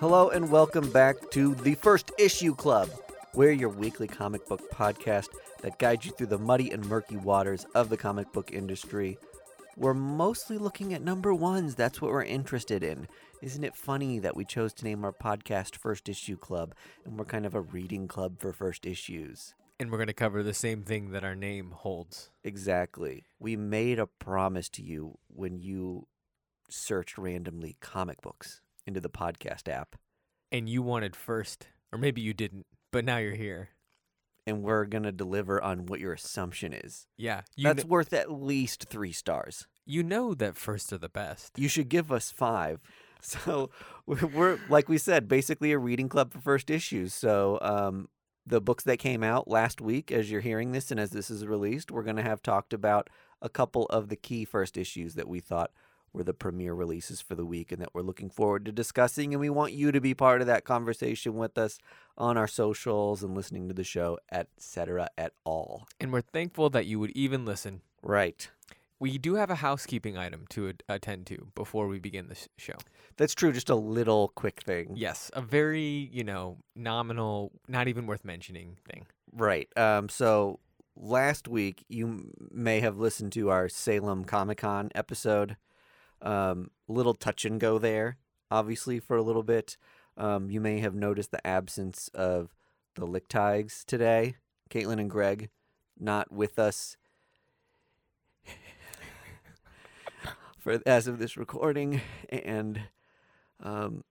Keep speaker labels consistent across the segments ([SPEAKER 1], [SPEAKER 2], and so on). [SPEAKER 1] Hello and welcome back to the First Issue Club. We're your weekly comic book podcast that guides you through the muddy and murky waters of the comic book industry. We're mostly looking at number ones. That's what we're interested in. Isn't it funny that we chose to name our podcast First Issue Club and we're kind of a reading club for first issues?
[SPEAKER 2] And we're going to cover the same thing that our name holds.
[SPEAKER 1] Exactly. We made a promise to you when you searched randomly comic books into the podcast app.
[SPEAKER 2] And you wanted first, or maybe you didn't, but now you're here.
[SPEAKER 1] And we're going to deliver on what your assumption is.
[SPEAKER 2] Yeah. You,
[SPEAKER 1] That's
[SPEAKER 2] kn-
[SPEAKER 1] worth at least three stars.
[SPEAKER 2] you know that first are the best.
[SPEAKER 1] You should give us five. So we're- we're like we said, basically a reading club for first issues. So um, the books that came out last week, as you're hearing this and as this is released, we're going to have talked about a couple of the key first issues that we thought were the premier releases for the week and that we're looking forward to discussing. And we want you to be part of that conversation with us on our socials and listening to the show, etc. At all.
[SPEAKER 2] And we're thankful that you would even listen.
[SPEAKER 1] Right.
[SPEAKER 2] We do have a housekeeping item to at- attend to before we begin the show.
[SPEAKER 1] That's true. Just a little quick thing.
[SPEAKER 2] Yes, a very, you know, nominal, not even worth mentioning thing.
[SPEAKER 1] Right. Um, so last week, you m- may have listened to our Salem Comic Con episode. Um, little touch and go there, obviously, for a little bit. Um, you may have noticed the absence of the Licktigs today. Caitlin and Greg not with us for as of this recording, and um,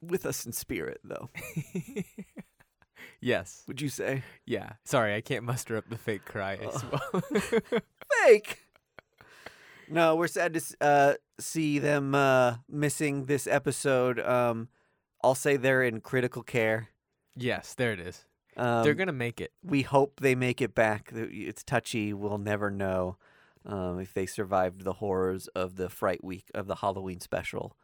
[SPEAKER 1] with us in spirit, though.
[SPEAKER 2] Yes.
[SPEAKER 1] Would you say?
[SPEAKER 2] Yeah. Sorry, I can't muster up the fake cry as
[SPEAKER 1] Oh.
[SPEAKER 2] well.
[SPEAKER 1] fake. No, we're sad to s- uh, see them uh, missing this episode. Um, I'll say they're in critical care.
[SPEAKER 2] yes, there it is.
[SPEAKER 1] Um,
[SPEAKER 2] They're going to make it.
[SPEAKER 1] we hope they make it back. Th- It's touchy. We'll never know um, if they survived the horrors of the Fright Week of the Halloween special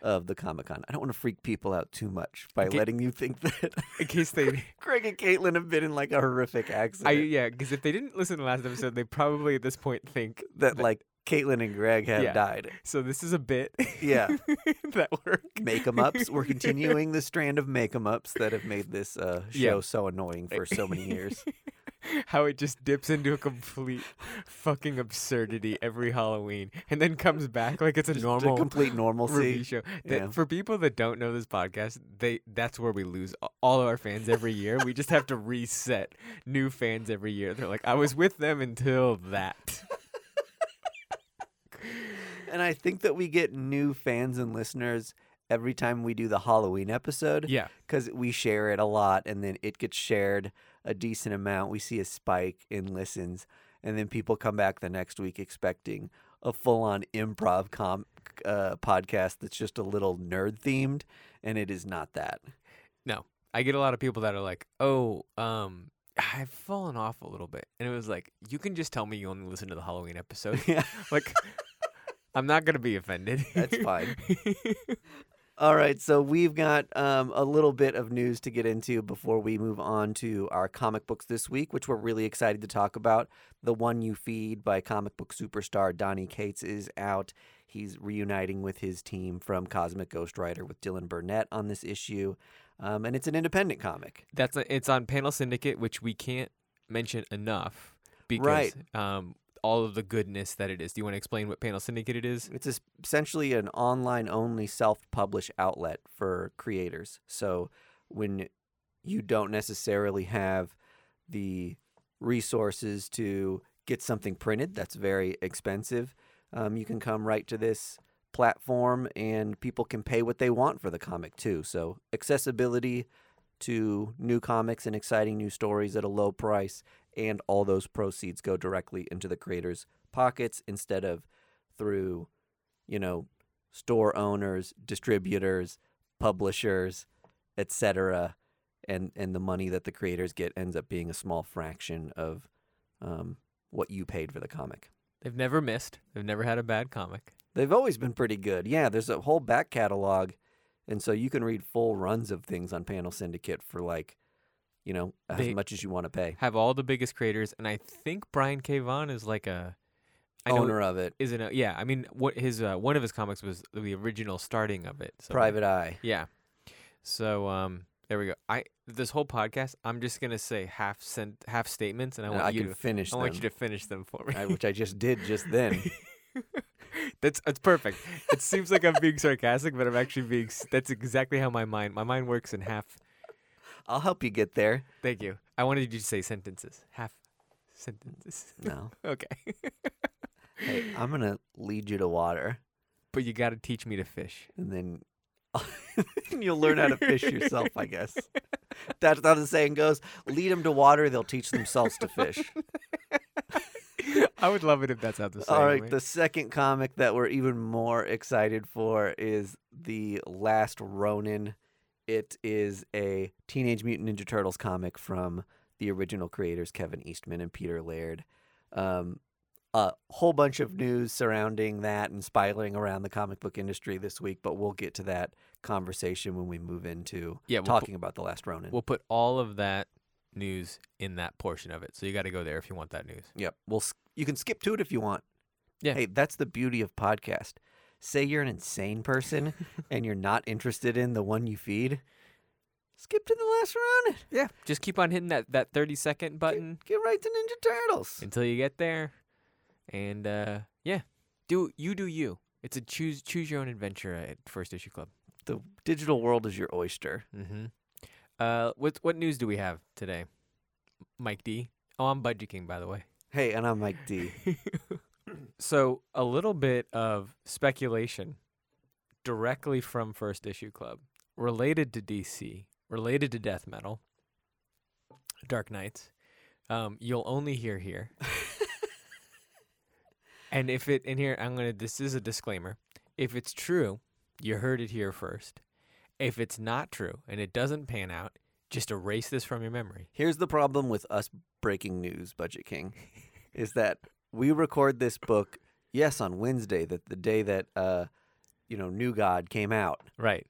[SPEAKER 1] of the Comic Con. I don't want to freak people out too much by
[SPEAKER 2] Okay.
[SPEAKER 1] letting you think that
[SPEAKER 2] In case they
[SPEAKER 1] Greg and Caitlin have been in like a horrific
[SPEAKER 2] I,
[SPEAKER 1] accident.
[SPEAKER 2] yeah, because if they didn't listen to the last episode, they probably at this point think
[SPEAKER 1] that like Caitlin and Greg have
[SPEAKER 2] Yeah.
[SPEAKER 1] died.
[SPEAKER 2] so. This is a bit.
[SPEAKER 1] Yeah.
[SPEAKER 2] that work.
[SPEAKER 1] make em ups. We're continuing the strand of make em ups that have made this uh,
[SPEAKER 2] Yeah.
[SPEAKER 1] show so annoying for so many years.
[SPEAKER 2] How it just dips into a complete fucking absurdity every Halloween, and then comes back like it's a
[SPEAKER 1] Just
[SPEAKER 2] normal
[SPEAKER 1] To complete
[SPEAKER 2] review
[SPEAKER 1] normalcy.
[SPEAKER 2] show. That-
[SPEAKER 1] yeah.
[SPEAKER 2] For people that don't know this podcast, they that's where we lose a- all of our fans every year. we just have to reset new fans every year. They're like, I was with them until that.
[SPEAKER 1] And I think that we get new fans and listeners every time we do the Halloween episode
[SPEAKER 2] Yeah,
[SPEAKER 1] because we share it a lot and then it gets shared a decent amount. We see a spike in listens. And then people come back the next week expecting a full on improv com- uh, podcast that's just a little nerd themed. And it is not that.
[SPEAKER 2] I get a lot of people that are like, "Oh, um, I've fallen off a little bit," and it was like, "You can just tell me you only listen to the Halloween episode."
[SPEAKER 1] yeah.
[SPEAKER 2] like, I'm not gonna be offended.
[SPEAKER 1] That's fine. All right, so we've got um, a little bit of news to get into before we move on to our comic books this week, which we're really excited to talk about. The One You Feed by comic book superstar Donnie Cates is out. He's reuniting with his team from Cosmic Ghost Rider with Dylan Burnett on this issue, um, and it's an independent comic.
[SPEAKER 2] That's a, it's on Panel Syndicate, which we can't mention enough because
[SPEAKER 1] Right.
[SPEAKER 2] um, all of the goodness that it is. Do you want to explain what Panel Syndicate it is?
[SPEAKER 1] It's es- essentially an online only self publish outlet for creators. So when you don't necessarily have the resources to get something printed, that's very expensive, um, you can come right to this platform and people can pay what they want for the comic too. So accessibility to new comics and exciting new stories at a low price, and all those proceeds go directly into the creators' pockets instead of through you know, store owners, distributors, publishers, etc. And and the money that the creators get ends up being a small fraction of um, what you paid for the comic.
[SPEAKER 2] They've never missed. They've never had a bad comic.
[SPEAKER 1] They've always been pretty good. Yeah, there's a whole back catalog, and so you can read full runs of things on Panel Syndicate for like, you know, as
[SPEAKER 2] They-
[SPEAKER 1] much as you want to pay.
[SPEAKER 2] Have all the biggest creators, and I think Brian K. Vaughan is like a I know-
[SPEAKER 1] Owner of it,
[SPEAKER 2] Isn't a, uh, yeah. I mean, what his uh, one of his comics was the original starting of it. So
[SPEAKER 1] Private Eye.
[SPEAKER 2] Yeah. So um, there we go. I this whole podcast, I'm just gonna say half sent half statements, and I
[SPEAKER 1] And
[SPEAKER 2] want
[SPEAKER 1] I
[SPEAKER 2] you
[SPEAKER 1] can
[SPEAKER 2] to
[SPEAKER 1] finish
[SPEAKER 2] I
[SPEAKER 1] them,
[SPEAKER 2] want you to finish them for me.
[SPEAKER 1] I- which I just did just then.
[SPEAKER 2] that's that's perfect. It seems like I'm being sarcastic, but I'm actually being. s- That's exactly how my mind my mind works in half.
[SPEAKER 1] I'll help you get there.
[SPEAKER 2] Thank you. I wanted you to say sentences, half sentences.
[SPEAKER 1] No,
[SPEAKER 2] okay,
[SPEAKER 1] hey, I'm gonna lead you to water,
[SPEAKER 2] but you got to teach me to fish.
[SPEAKER 1] and then you'll learn how to fish yourself. I guess that's how the saying goes: lead them to water, they'll teach themselves to fish.
[SPEAKER 2] I would love it if that's how the saying
[SPEAKER 1] All right,
[SPEAKER 2] went.
[SPEAKER 1] the second comic that we're even more excited for is The Last Ronin. It is a Teenage Mutant Ninja Turtles comic from the original creators, Kevin Eastman and Peter Laird. Um, a whole bunch of news surrounding that and spiraling around the comic book industry this week, but we'll get to that conversation when we move into
[SPEAKER 2] yeah, we'll,
[SPEAKER 1] talking about The Last Ronin.
[SPEAKER 2] Put, we'll put all of that news in that portion of it. So you got to go there if you want that news.
[SPEAKER 1] Yep. Well, s- you can skip to it if you want.
[SPEAKER 2] Yeah.
[SPEAKER 1] Hey, that's the beauty of podcast. Say you're an insane person and you're not interested in the one you feed. Skip to the last round.
[SPEAKER 2] Yeah, just keep on hitting that that 30 second button
[SPEAKER 1] Get right to Ninja Turtles.
[SPEAKER 2] until you get there, and uh, yeah, do you do you. It's a choose choose your own adventure at First Issue Club.
[SPEAKER 1] The digital world is your oyster.
[SPEAKER 2] Mm-hmm. Uh, what what news do we have today, Mike D? Oh, I'm Budget King, by the way.
[SPEAKER 1] Hey, and I'm Mike D.
[SPEAKER 2] So a little bit of speculation directly from First Issue Club, related to DC, related to death metal, Dark Knights. Um, you'll only hear here. and if it in here, I'm gonna. This is a disclaimer. If it's true, you heard it here first. If it's not true and it doesn't pan out, just erase this from your memory.
[SPEAKER 1] Here's the problem with us breaking news, Budget King, is that we record this book, yes, on Wednesday, that the day that uh, you know, New God came out.
[SPEAKER 2] Right.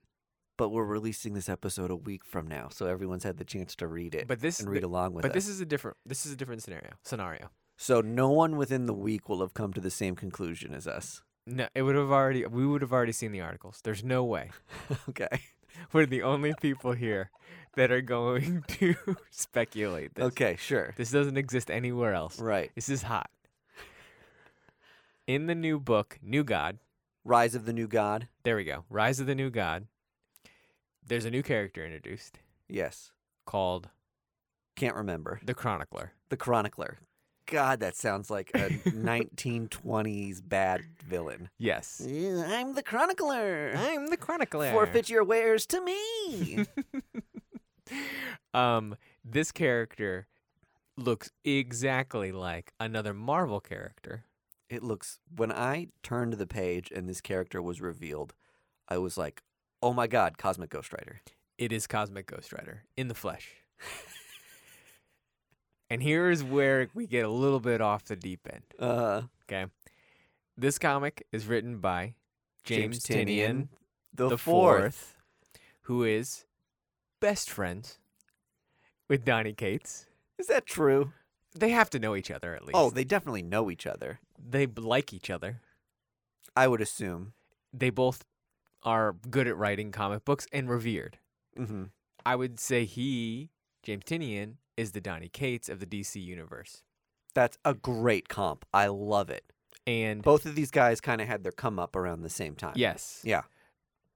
[SPEAKER 1] but we're releasing this episode a week from now, so everyone's had the chance to read it
[SPEAKER 2] But this.
[SPEAKER 1] and read along with
[SPEAKER 2] but
[SPEAKER 1] us.
[SPEAKER 2] this is a different. This is a different scenario. Scenario.
[SPEAKER 1] so no one within the week will have come to the same conclusion as us.
[SPEAKER 2] No, it would have already. We would have already seen the articles. There's no way
[SPEAKER 1] okay.
[SPEAKER 2] we're the only people here that are going to speculate this.
[SPEAKER 1] Okay, sure.
[SPEAKER 2] This doesn't exist anywhere else.
[SPEAKER 1] Right.
[SPEAKER 2] This is hot. In the new book, New God.
[SPEAKER 1] Rise of the New God.
[SPEAKER 2] There we go. Rise of the New God. There's a new character introduced
[SPEAKER 1] Yes.
[SPEAKER 2] called
[SPEAKER 1] Can't remember.
[SPEAKER 2] the Chronicler.
[SPEAKER 1] The Chronicler. God, that sounds like a 1920s bad villain.
[SPEAKER 2] Yes.
[SPEAKER 1] Yeah, I'm the Chronicler.
[SPEAKER 2] I'm the Chronicler.
[SPEAKER 1] Forfeit your wares to me.
[SPEAKER 2] um, this character looks exactly like another Marvel character.
[SPEAKER 1] it looks when I turned the page and this character was revealed, I was like, "Oh my god, Cosmic Ghost Rider."
[SPEAKER 2] It is Cosmic Ghost Rider in the flesh. and here is where we get a little bit off the deep end.
[SPEAKER 1] Uh,
[SPEAKER 2] This comic is written by James, Tinian,
[SPEAKER 1] the,
[SPEAKER 2] the
[SPEAKER 1] fourth.
[SPEAKER 2] fourth, who is best friends with Donnie Cates.
[SPEAKER 1] Is that true?
[SPEAKER 2] They have to know each other at least.
[SPEAKER 1] Oh, they definitely know each other.
[SPEAKER 2] they b- like each other.
[SPEAKER 1] I would assume.
[SPEAKER 2] They both are good at writing comic books and revered.
[SPEAKER 1] hmm
[SPEAKER 2] I would say he, James Tinian, is the Donnie Cates of the DC universe.
[SPEAKER 1] That's a great comp. I love it.
[SPEAKER 2] And
[SPEAKER 1] Both of these guys kind of had their come up around the same time.
[SPEAKER 2] Yes.
[SPEAKER 1] Yeah.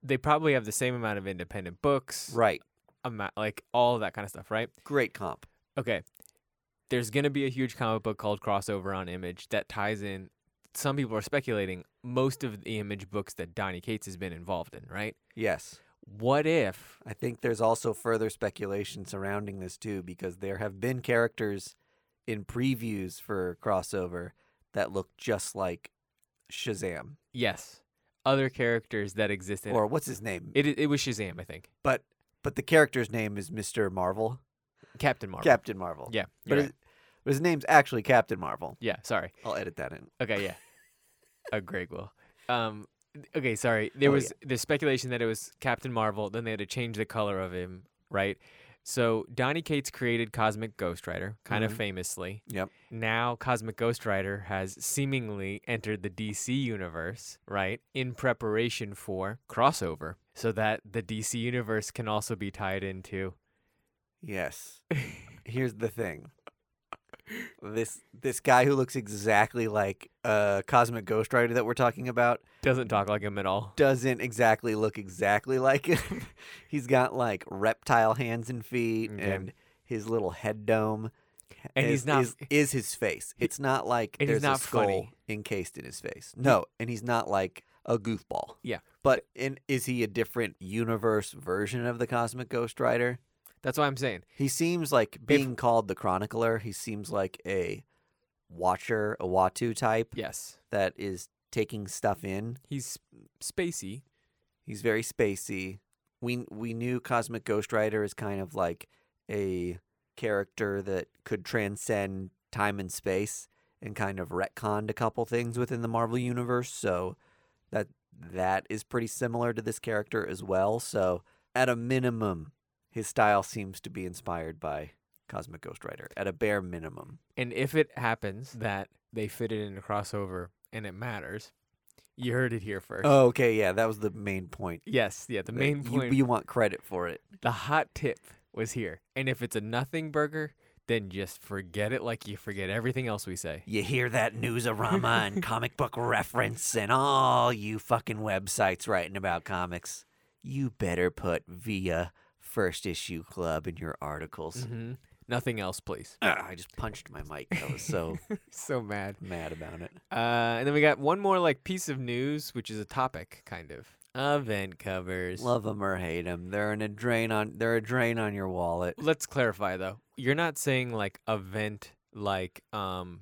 [SPEAKER 2] They probably have the same amount of independent books,
[SPEAKER 1] Right.
[SPEAKER 2] amount, like all of that kind of stuff, right?
[SPEAKER 1] Great comp.
[SPEAKER 2] Okay. There's going to be a huge comic book called Crossover on Image that ties in. Some people are speculating most of the Image books that Donnie Cates has been involved in, right?
[SPEAKER 1] Yes.
[SPEAKER 2] What if
[SPEAKER 1] I think there's also further speculation surrounding this too, because there have been characters in previews for crossover that look just like Shazam
[SPEAKER 2] yes, other characters that exist in
[SPEAKER 1] or what's his name,
[SPEAKER 2] it, it was Shazam, I think.
[SPEAKER 1] but but the character's name is Mister Marvel,
[SPEAKER 2] Captain Marvel.
[SPEAKER 1] Captain Marvel.
[SPEAKER 2] yeah.
[SPEAKER 1] but,
[SPEAKER 2] But
[SPEAKER 1] his, but his name's actually Captain Marvel.
[SPEAKER 2] yeah, sorry.
[SPEAKER 1] I'll edit that in.
[SPEAKER 2] Okay, yeah. uh, Greg will. Um, okay, sorry. There
[SPEAKER 1] Oh,
[SPEAKER 2] was there's speculation that it was Captain Marvel. Then they had to change the color of him, right? So Donny Cates created Cosmic Ghost Rider, kind
[SPEAKER 1] Mhm.
[SPEAKER 2] of famously.
[SPEAKER 1] Yep.
[SPEAKER 2] Now Cosmic Ghost Rider has seemingly entered the DC universe, right? In preparation for crossover, so that the DC universe can also be tied into.
[SPEAKER 1] Yes. Here's the thing. This this guy who looks exactly like uh Cosmic Ghost Rider that we're talking about
[SPEAKER 2] Doesn't talk like him at all.
[SPEAKER 1] doesn't exactly look exactly like him. He's got like reptile hands and feet
[SPEAKER 2] Okay.
[SPEAKER 1] and his little head dome.
[SPEAKER 2] Mm, And
[SPEAKER 1] is,
[SPEAKER 2] he's not-
[SPEAKER 1] is, is his face. It's not like
[SPEAKER 2] And he's
[SPEAKER 1] there's
[SPEAKER 2] not
[SPEAKER 1] a skull
[SPEAKER 2] funny.
[SPEAKER 1] encased in his face. No, and he's not like a goofball.
[SPEAKER 2] Yeah.
[SPEAKER 1] But in, is he a different universe version of the Cosmic Ghost Rider?
[SPEAKER 2] That's what I'm saying.
[SPEAKER 1] He seems like being called the Chronicler. He seems like a Watcher, a Watu type
[SPEAKER 2] Yes,
[SPEAKER 1] that is taking stuff in.
[SPEAKER 2] he's spacey.
[SPEAKER 1] He's very spacey. We we knew Cosmic Ghost Rider is kind of like a character that could transcend time and space and kind of retconned a couple things within the Marvel universe, so that that is pretty similar to this character as well. So at a minimum, his style seems to be inspired by Cosmic Ghost Rider. At a bare minimum.
[SPEAKER 2] And if it happens that they fit it in a crossover and it matters, you heard it here first.
[SPEAKER 1] Oh, okay, yeah, that was the main point.
[SPEAKER 2] yes, yeah, the
[SPEAKER 1] that
[SPEAKER 2] main
[SPEAKER 1] you-
[SPEAKER 2] point.
[SPEAKER 1] you want credit for it.
[SPEAKER 2] the hot tip was here. And if it's a nothing burger, then just forget it like you forget everything else we say.
[SPEAKER 1] You hear that newsarama and comic book reference and all you fucking websites writing about comics. You better put via First Issue Club in your articles.
[SPEAKER 2] hmm Nothing else, please.
[SPEAKER 1] Ugh, I just punched my mic. I was so
[SPEAKER 2] So mad.
[SPEAKER 1] mad about it.
[SPEAKER 2] Uh, and then we got one more like piece of news, which is a topic kind of. Event covers.
[SPEAKER 1] Love them or hate them, they're an a drain on. They're a drain on your wallet.
[SPEAKER 2] Let's clarify though. You're not saying like event like um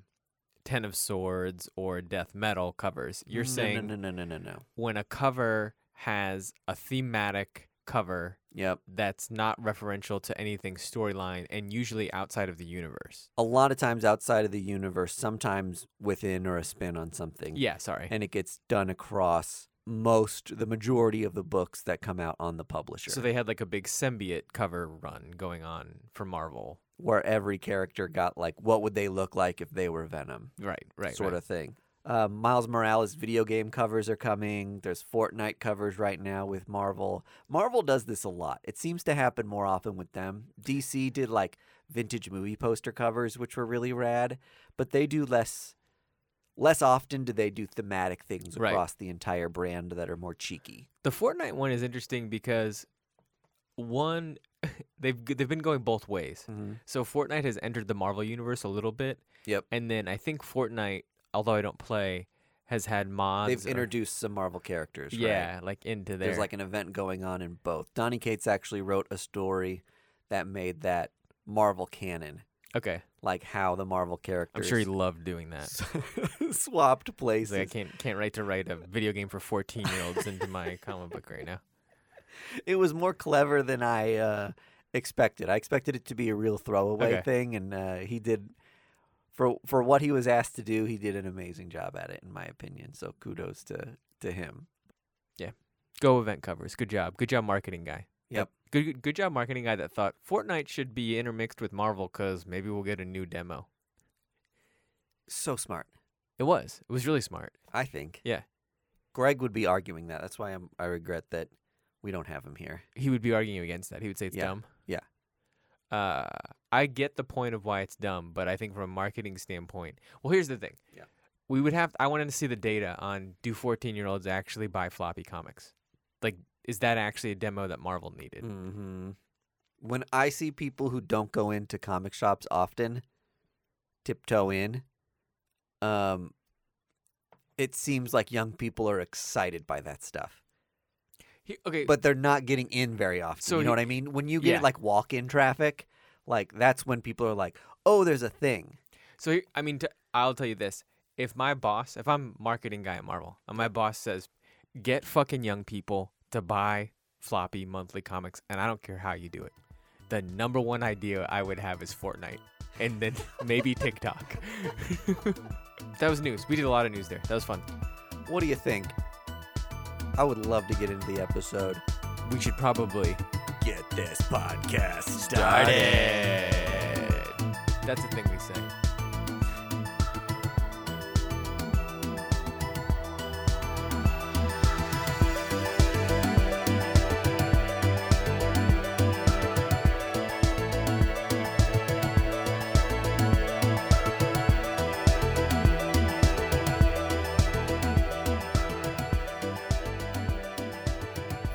[SPEAKER 2] Ten of Swords or Death Metal covers. You're
[SPEAKER 1] Mm, No,
[SPEAKER 2] saying
[SPEAKER 1] no, no, no, no, no, no.
[SPEAKER 2] when a cover has a thematic cover
[SPEAKER 1] Yep.
[SPEAKER 2] that's not referential to anything storyline and usually outside of the universe.
[SPEAKER 1] A lot of times outside of the universe, sometimes within or a spin on something.
[SPEAKER 2] Yeah, sorry.
[SPEAKER 1] and it gets done across most the majority of the books that come out on the publisher
[SPEAKER 2] So they had like a big symbiote cover run going on for Marvel.
[SPEAKER 1] where every character got like what would they look like if they were venom
[SPEAKER 2] Right, right.
[SPEAKER 1] sort of thing uh, miles morales video game covers are coming there's fortnite covers right now with marvel marvel does this a lot it seems to happen more often with them dc did like vintage movie poster covers which were really rad but they do less less often do they do thematic things
[SPEAKER 2] Right.
[SPEAKER 1] across the entire brand that are more cheeky
[SPEAKER 2] The Fortnite one is interesting because one they've g- they've been going both ways.
[SPEAKER 1] mm-hmm.
[SPEAKER 2] So Fortnite has entered the Marvel universe a little bit.
[SPEAKER 1] Yep.
[SPEAKER 2] And then I think Fortnite, although I don't play, has had mods.
[SPEAKER 1] They've
[SPEAKER 2] or-
[SPEAKER 1] introduced some Marvel characters. right?
[SPEAKER 2] Yeah, like into there.
[SPEAKER 1] There's like an event going on in both. Donny Cates actually wrote a story that made that Marvel canon,
[SPEAKER 2] okay.
[SPEAKER 1] like how the Marvel
[SPEAKER 2] I'm
[SPEAKER 1] characters
[SPEAKER 2] sure he loved doing that.
[SPEAKER 1] swapped
[SPEAKER 2] He's like, I
[SPEAKER 1] places.
[SPEAKER 2] can't can't write to write a video game for 14 year olds into my comic book right now.
[SPEAKER 1] It was more clever than I uh, expected. I expected it to be a real throwaway
[SPEAKER 2] Okay.
[SPEAKER 1] thing, and uh, he did. For, for what he was asked to do, he did an amazing job at it, in my opinion. So kudos to, to him.
[SPEAKER 2] Go event covers. Good job. Good job, marketing guy.
[SPEAKER 1] Yep.
[SPEAKER 2] Good good- good job, marketing guy that thought Fortnite should be intermixed with Marvel because maybe we'll get a new demo.
[SPEAKER 1] So smart,
[SPEAKER 2] It was. It was really smart.
[SPEAKER 1] I think.
[SPEAKER 2] Yeah.
[SPEAKER 1] Greg would be arguing that. That's why I'm, I regret that we don't have him here.
[SPEAKER 2] He would be arguing against that. He would say it's
[SPEAKER 1] Yeah.
[SPEAKER 2] dumb.
[SPEAKER 1] Yeah.
[SPEAKER 2] Uh, I get the point of why it's dumb, but I think from a marketing standpoint, well, here's the thing.
[SPEAKER 1] Yeah.
[SPEAKER 2] We would have. I wanted to see the data on do 14 year olds actually buy floppy comics? Like, is that actually a demo that Marvel needed?
[SPEAKER 1] Mm-hmm. When I see people who don't go into comic shops often tiptoe in, um, it seems like young people are excited by that stuff,
[SPEAKER 2] He- okay.
[SPEAKER 1] but they're not getting in very often.
[SPEAKER 2] So
[SPEAKER 1] you know
[SPEAKER 2] he-
[SPEAKER 1] what I mean? When you get
[SPEAKER 2] yeah.
[SPEAKER 1] like walk-in traffic, like that's when people are like, "Oh, there's a thing."
[SPEAKER 2] So here- I mean, t- I'll tell you this: if my boss, if I'm marketing guy at Marvel, and my boss says, "Get fucking young people to buy floppy monthly comics," and I don't care how you do it, the number one idea I would have is Fortnite, and then maybe TikTok. that was news. We did a lot of news there. That was fun.
[SPEAKER 1] What do you think? I would love to get into the episode.
[SPEAKER 2] We should probably
[SPEAKER 1] Get this podcast
[SPEAKER 2] That's the thing we say.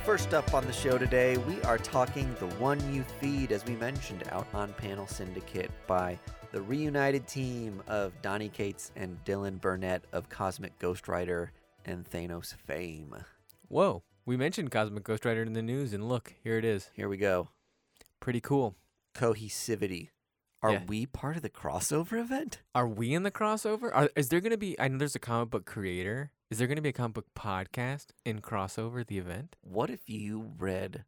[SPEAKER 1] First up on the show today, we are talking The One You Feed, as we mentioned, out on Panel Syndicate by the reunited team of Donnie Cates and Dylan Burnett of Cosmic Ghost Rider and Thanos fame.
[SPEAKER 2] Whoa, we mentioned Cosmic Ghost Rider in the news, and look, here it is.
[SPEAKER 1] Here we go.
[SPEAKER 2] Pretty cool.
[SPEAKER 1] Cohesivity. Are
[SPEAKER 2] Yeah.
[SPEAKER 1] we part of the crossover event?
[SPEAKER 2] Are we in the crossover? Are, is there going to be? I know there's a comic book creator. Is there going to be a comic book podcast in crossover the event
[SPEAKER 1] What if you read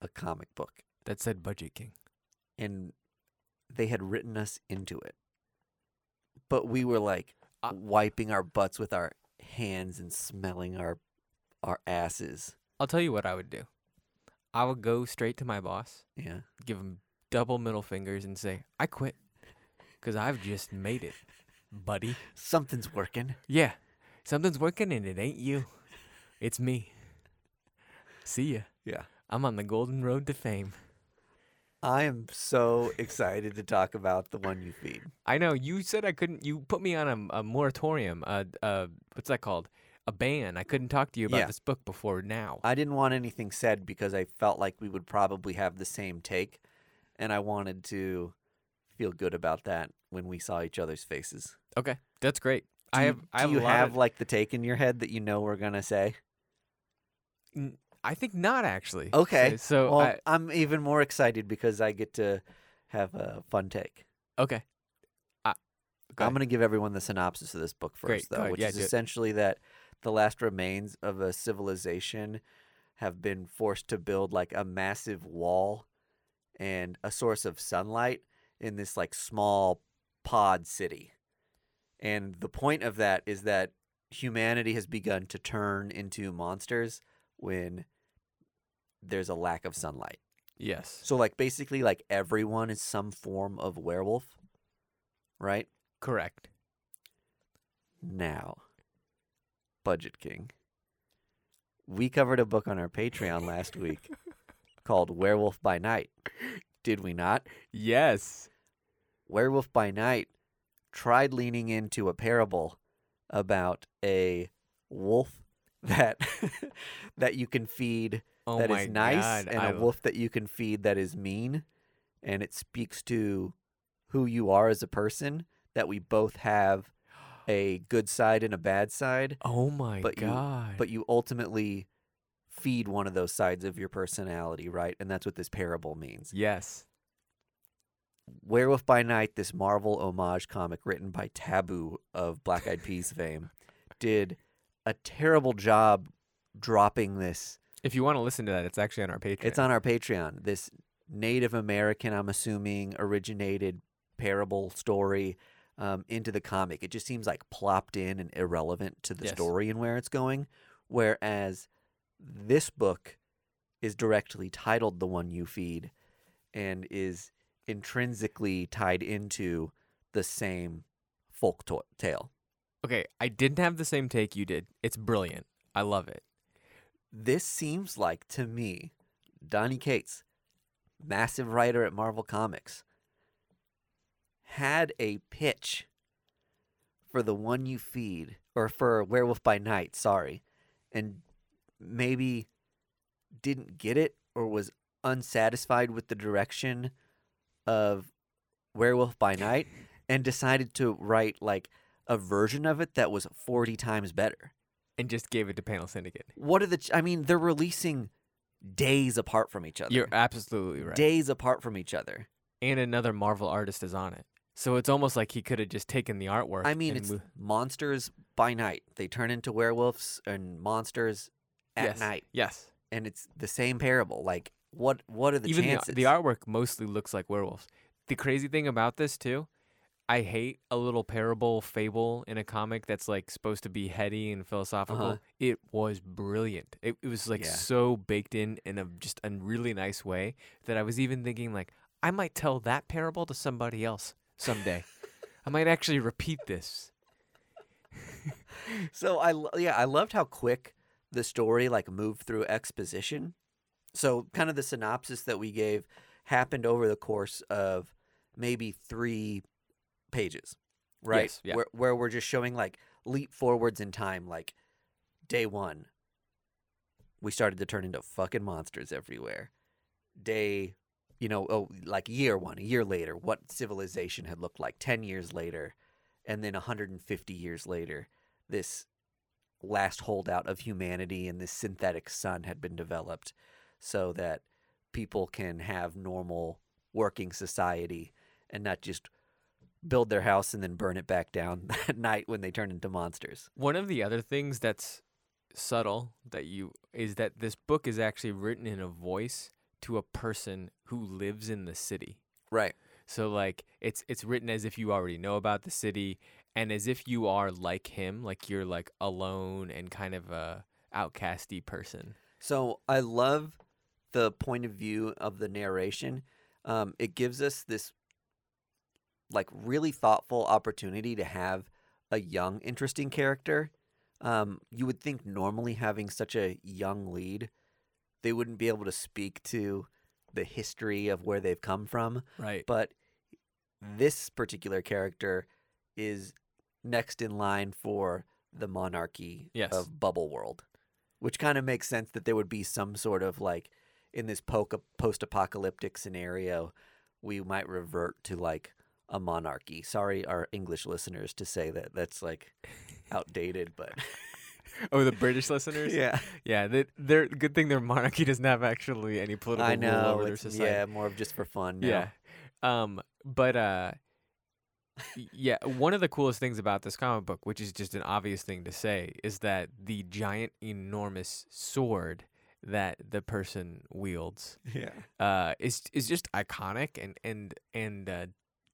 [SPEAKER 1] a comic book
[SPEAKER 2] that said Budget King?
[SPEAKER 1] and they had written us into it, but we were like
[SPEAKER 2] I-
[SPEAKER 1] wiping our butts with our hands and smelling our our asses?
[SPEAKER 2] I'll tell you what I would do. I would go straight to my boss
[SPEAKER 1] Yeah.
[SPEAKER 2] give him double middle fingers and say, I quit because I've just made it, buddy.
[SPEAKER 1] Something's working.
[SPEAKER 2] Yeah, something's working and it ain't you. It's me. See ya.
[SPEAKER 1] Yeah.
[SPEAKER 2] I'm on the golden road to fame.
[SPEAKER 1] I am so excited to talk about the one you feed.
[SPEAKER 2] I know you said I couldn't, you put me on a, a moratorium, a, a, what's that called? A ban. I couldn't talk to you about
[SPEAKER 1] Yeah.
[SPEAKER 2] this book before now.
[SPEAKER 1] I didn't want anything said because I felt like we would probably have the same take, and I wanted to feel good about that when we saw each other's faces.
[SPEAKER 2] okay, that's great. I
[SPEAKER 1] Do you-
[SPEAKER 2] have, I have
[SPEAKER 1] do you
[SPEAKER 2] a lot
[SPEAKER 1] have
[SPEAKER 2] of-
[SPEAKER 1] like the take in your head that you know we're gonna say?
[SPEAKER 2] N- I think not actually.
[SPEAKER 1] Okay,
[SPEAKER 2] So, so
[SPEAKER 1] well,
[SPEAKER 2] I-
[SPEAKER 1] I'm even more excited because I get to have a fun take.
[SPEAKER 2] okay. I-
[SPEAKER 1] I'm
[SPEAKER 2] go ahead.
[SPEAKER 1] going to give everyone the synopsis of this book first,
[SPEAKER 2] Great, go
[SPEAKER 1] though,
[SPEAKER 2] ahead.
[SPEAKER 1] which
[SPEAKER 2] Yeah,
[SPEAKER 1] is
[SPEAKER 2] do it.
[SPEAKER 1] essentially that the last remains of a civilization have been forced to build like a massive wall and a source of sunlight in this like small pod city. And the point of that is that humanity has begun to turn into monsters when there's a lack of sunlight.
[SPEAKER 2] yes.
[SPEAKER 1] So like basically like everyone is some form of werewolf, right?
[SPEAKER 2] Correct.
[SPEAKER 1] Now, Budget King. We covered a book on our Patreon last week called Werewolf by Night. Did we not?
[SPEAKER 2] Yes.
[SPEAKER 1] Werewolf by Night tried leaning into a parable about a wolf that that you can feed
[SPEAKER 2] Oh
[SPEAKER 1] that
[SPEAKER 2] my
[SPEAKER 1] is nice
[SPEAKER 2] God,
[SPEAKER 1] and
[SPEAKER 2] I,
[SPEAKER 1] a wolf that you can feed that is mean and it speaks to who you are as a person that we both have a good side and a bad side
[SPEAKER 2] Oh my
[SPEAKER 1] but you-
[SPEAKER 2] God.
[SPEAKER 1] but you ultimately feed one of those sides of your personality right and that's what this parable means
[SPEAKER 2] yes.
[SPEAKER 1] werewolf by night this marvel homage comic written by taboo of black eyed peas fame did a terrible job dropping this
[SPEAKER 2] If you want to listen to that, it's actually on our Patreon.
[SPEAKER 1] It's on our Patreon. This Native American, I'm assuming, originated parable story um, into the comic. It just seems like plopped in and irrelevant to the
[SPEAKER 2] Yes.
[SPEAKER 1] story and where it's going. Whereas this book is directly titled The One You Feed and is intrinsically tied into the same folk to- tale.
[SPEAKER 2] okay, I didn't have the same take you did. It's brilliant. I love it.
[SPEAKER 1] this seems like to me Donnie Cates, massive writer at Marvel Comics, had a pitch for the one you feed or for Werewolf by Night, sorry, and maybe didn't get it or was unsatisfied with the direction of Werewolf by Night and decided to write like a version of it that was 40 times better.
[SPEAKER 2] And just gave it to Panel Syndicate.
[SPEAKER 1] What are the? Ch- I mean, they're releasing days apart from each other.
[SPEAKER 2] You're absolutely right.
[SPEAKER 1] Days apart from each other.
[SPEAKER 2] and another Marvel artist is on it. So it's almost like he could have just taken the artwork.
[SPEAKER 1] I mean,
[SPEAKER 2] and
[SPEAKER 1] it's
[SPEAKER 2] mo-
[SPEAKER 1] monsters by night. They turn into werewolves and monsters at
[SPEAKER 2] yes,
[SPEAKER 1] night,
[SPEAKER 2] Yes.
[SPEAKER 1] and it's the same parable. Like, what? What are the
[SPEAKER 2] Even
[SPEAKER 1] chances?
[SPEAKER 2] the, the artwork mostly looks like werewolves. The crazy thing about this too, I hate a little parable fable in a comic that's like supposed to be heady and philosophical.
[SPEAKER 1] Uh-huh.
[SPEAKER 2] It was brilliant. It, it was like
[SPEAKER 1] Yeah.
[SPEAKER 2] so baked in in a just a really nice way that I was even thinking like I might tell that parable to somebody else someday. I might actually repeat this.
[SPEAKER 1] So I lo- yeah, I loved how quick the story like moved through exposition. So kind of the synopsis that we gave happened over the course of maybe 3 pages. Right?
[SPEAKER 2] Yes, yeah.
[SPEAKER 1] Where where we're just showing like leap forwards in time like day 1 we started to turn into fucking monsters everywhere. Day you know, oh, like year one, a year later, what civilization had looked like 10 years later, and then 150 years later, this last holdout of humanity and this synthetic sun had been developed so that people can have normal working society and not just build their house and then burn it back down at night when they turn into monsters.
[SPEAKER 2] One of the other things that's subtle that you is that this book is actually written in a voice to a person who lives in the city.
[SPEAKER 1] Right.
[SPEAKER 2] So like it's it's written as if you already know about the city and as if you are like him, like you're like alone and kind of a outcasty person.
[SPEAKER 1] So I love the point of view of the narration. Um, it gives us this like really thoughtful opportunity to have a young, interesting character. Um, you would think normally having such a young lead, they wouldn't be able to speak to the history of where they've come from.
[SPEAKER 2] Right.
[SPEAKER 1] But this particular character is next in line for the monarchy
[SPEAKER 2] Yes.
[SPEAKER 1] of Bubble World, which kind of makes sense that there would be some sort of like in this poca- post-apocalyptic scenario, we might revert to like a monarchy. Sorry, our English listeners, to say that that's like outdated, but
[SPEAKER 2] oh, the British listeners?
[SPEAKER 1] yeah,
[SPEAKER 2] Yeah, they, they're good thing their monarchy doesn't have actually any political
[SPEAKER 1] I
[SPEAKER 2] rule
[SPEAKER 1] know.
[SPEAKER 2] over their
[SPEAKER 1] it's-
[SPEAKER 2] society.
[SPEAKER 1] yeah, more of just for fun. now.
[SPEAKER 2] Yeah. Um, but uh y- yeah, one of the coolest things about this comic book, which is just an obvious thing to say, is that the giant enormous sword that the person wields
[SPEAKER 1] yeah,
[SPEAKER 2] uh is is just iconic and and and uh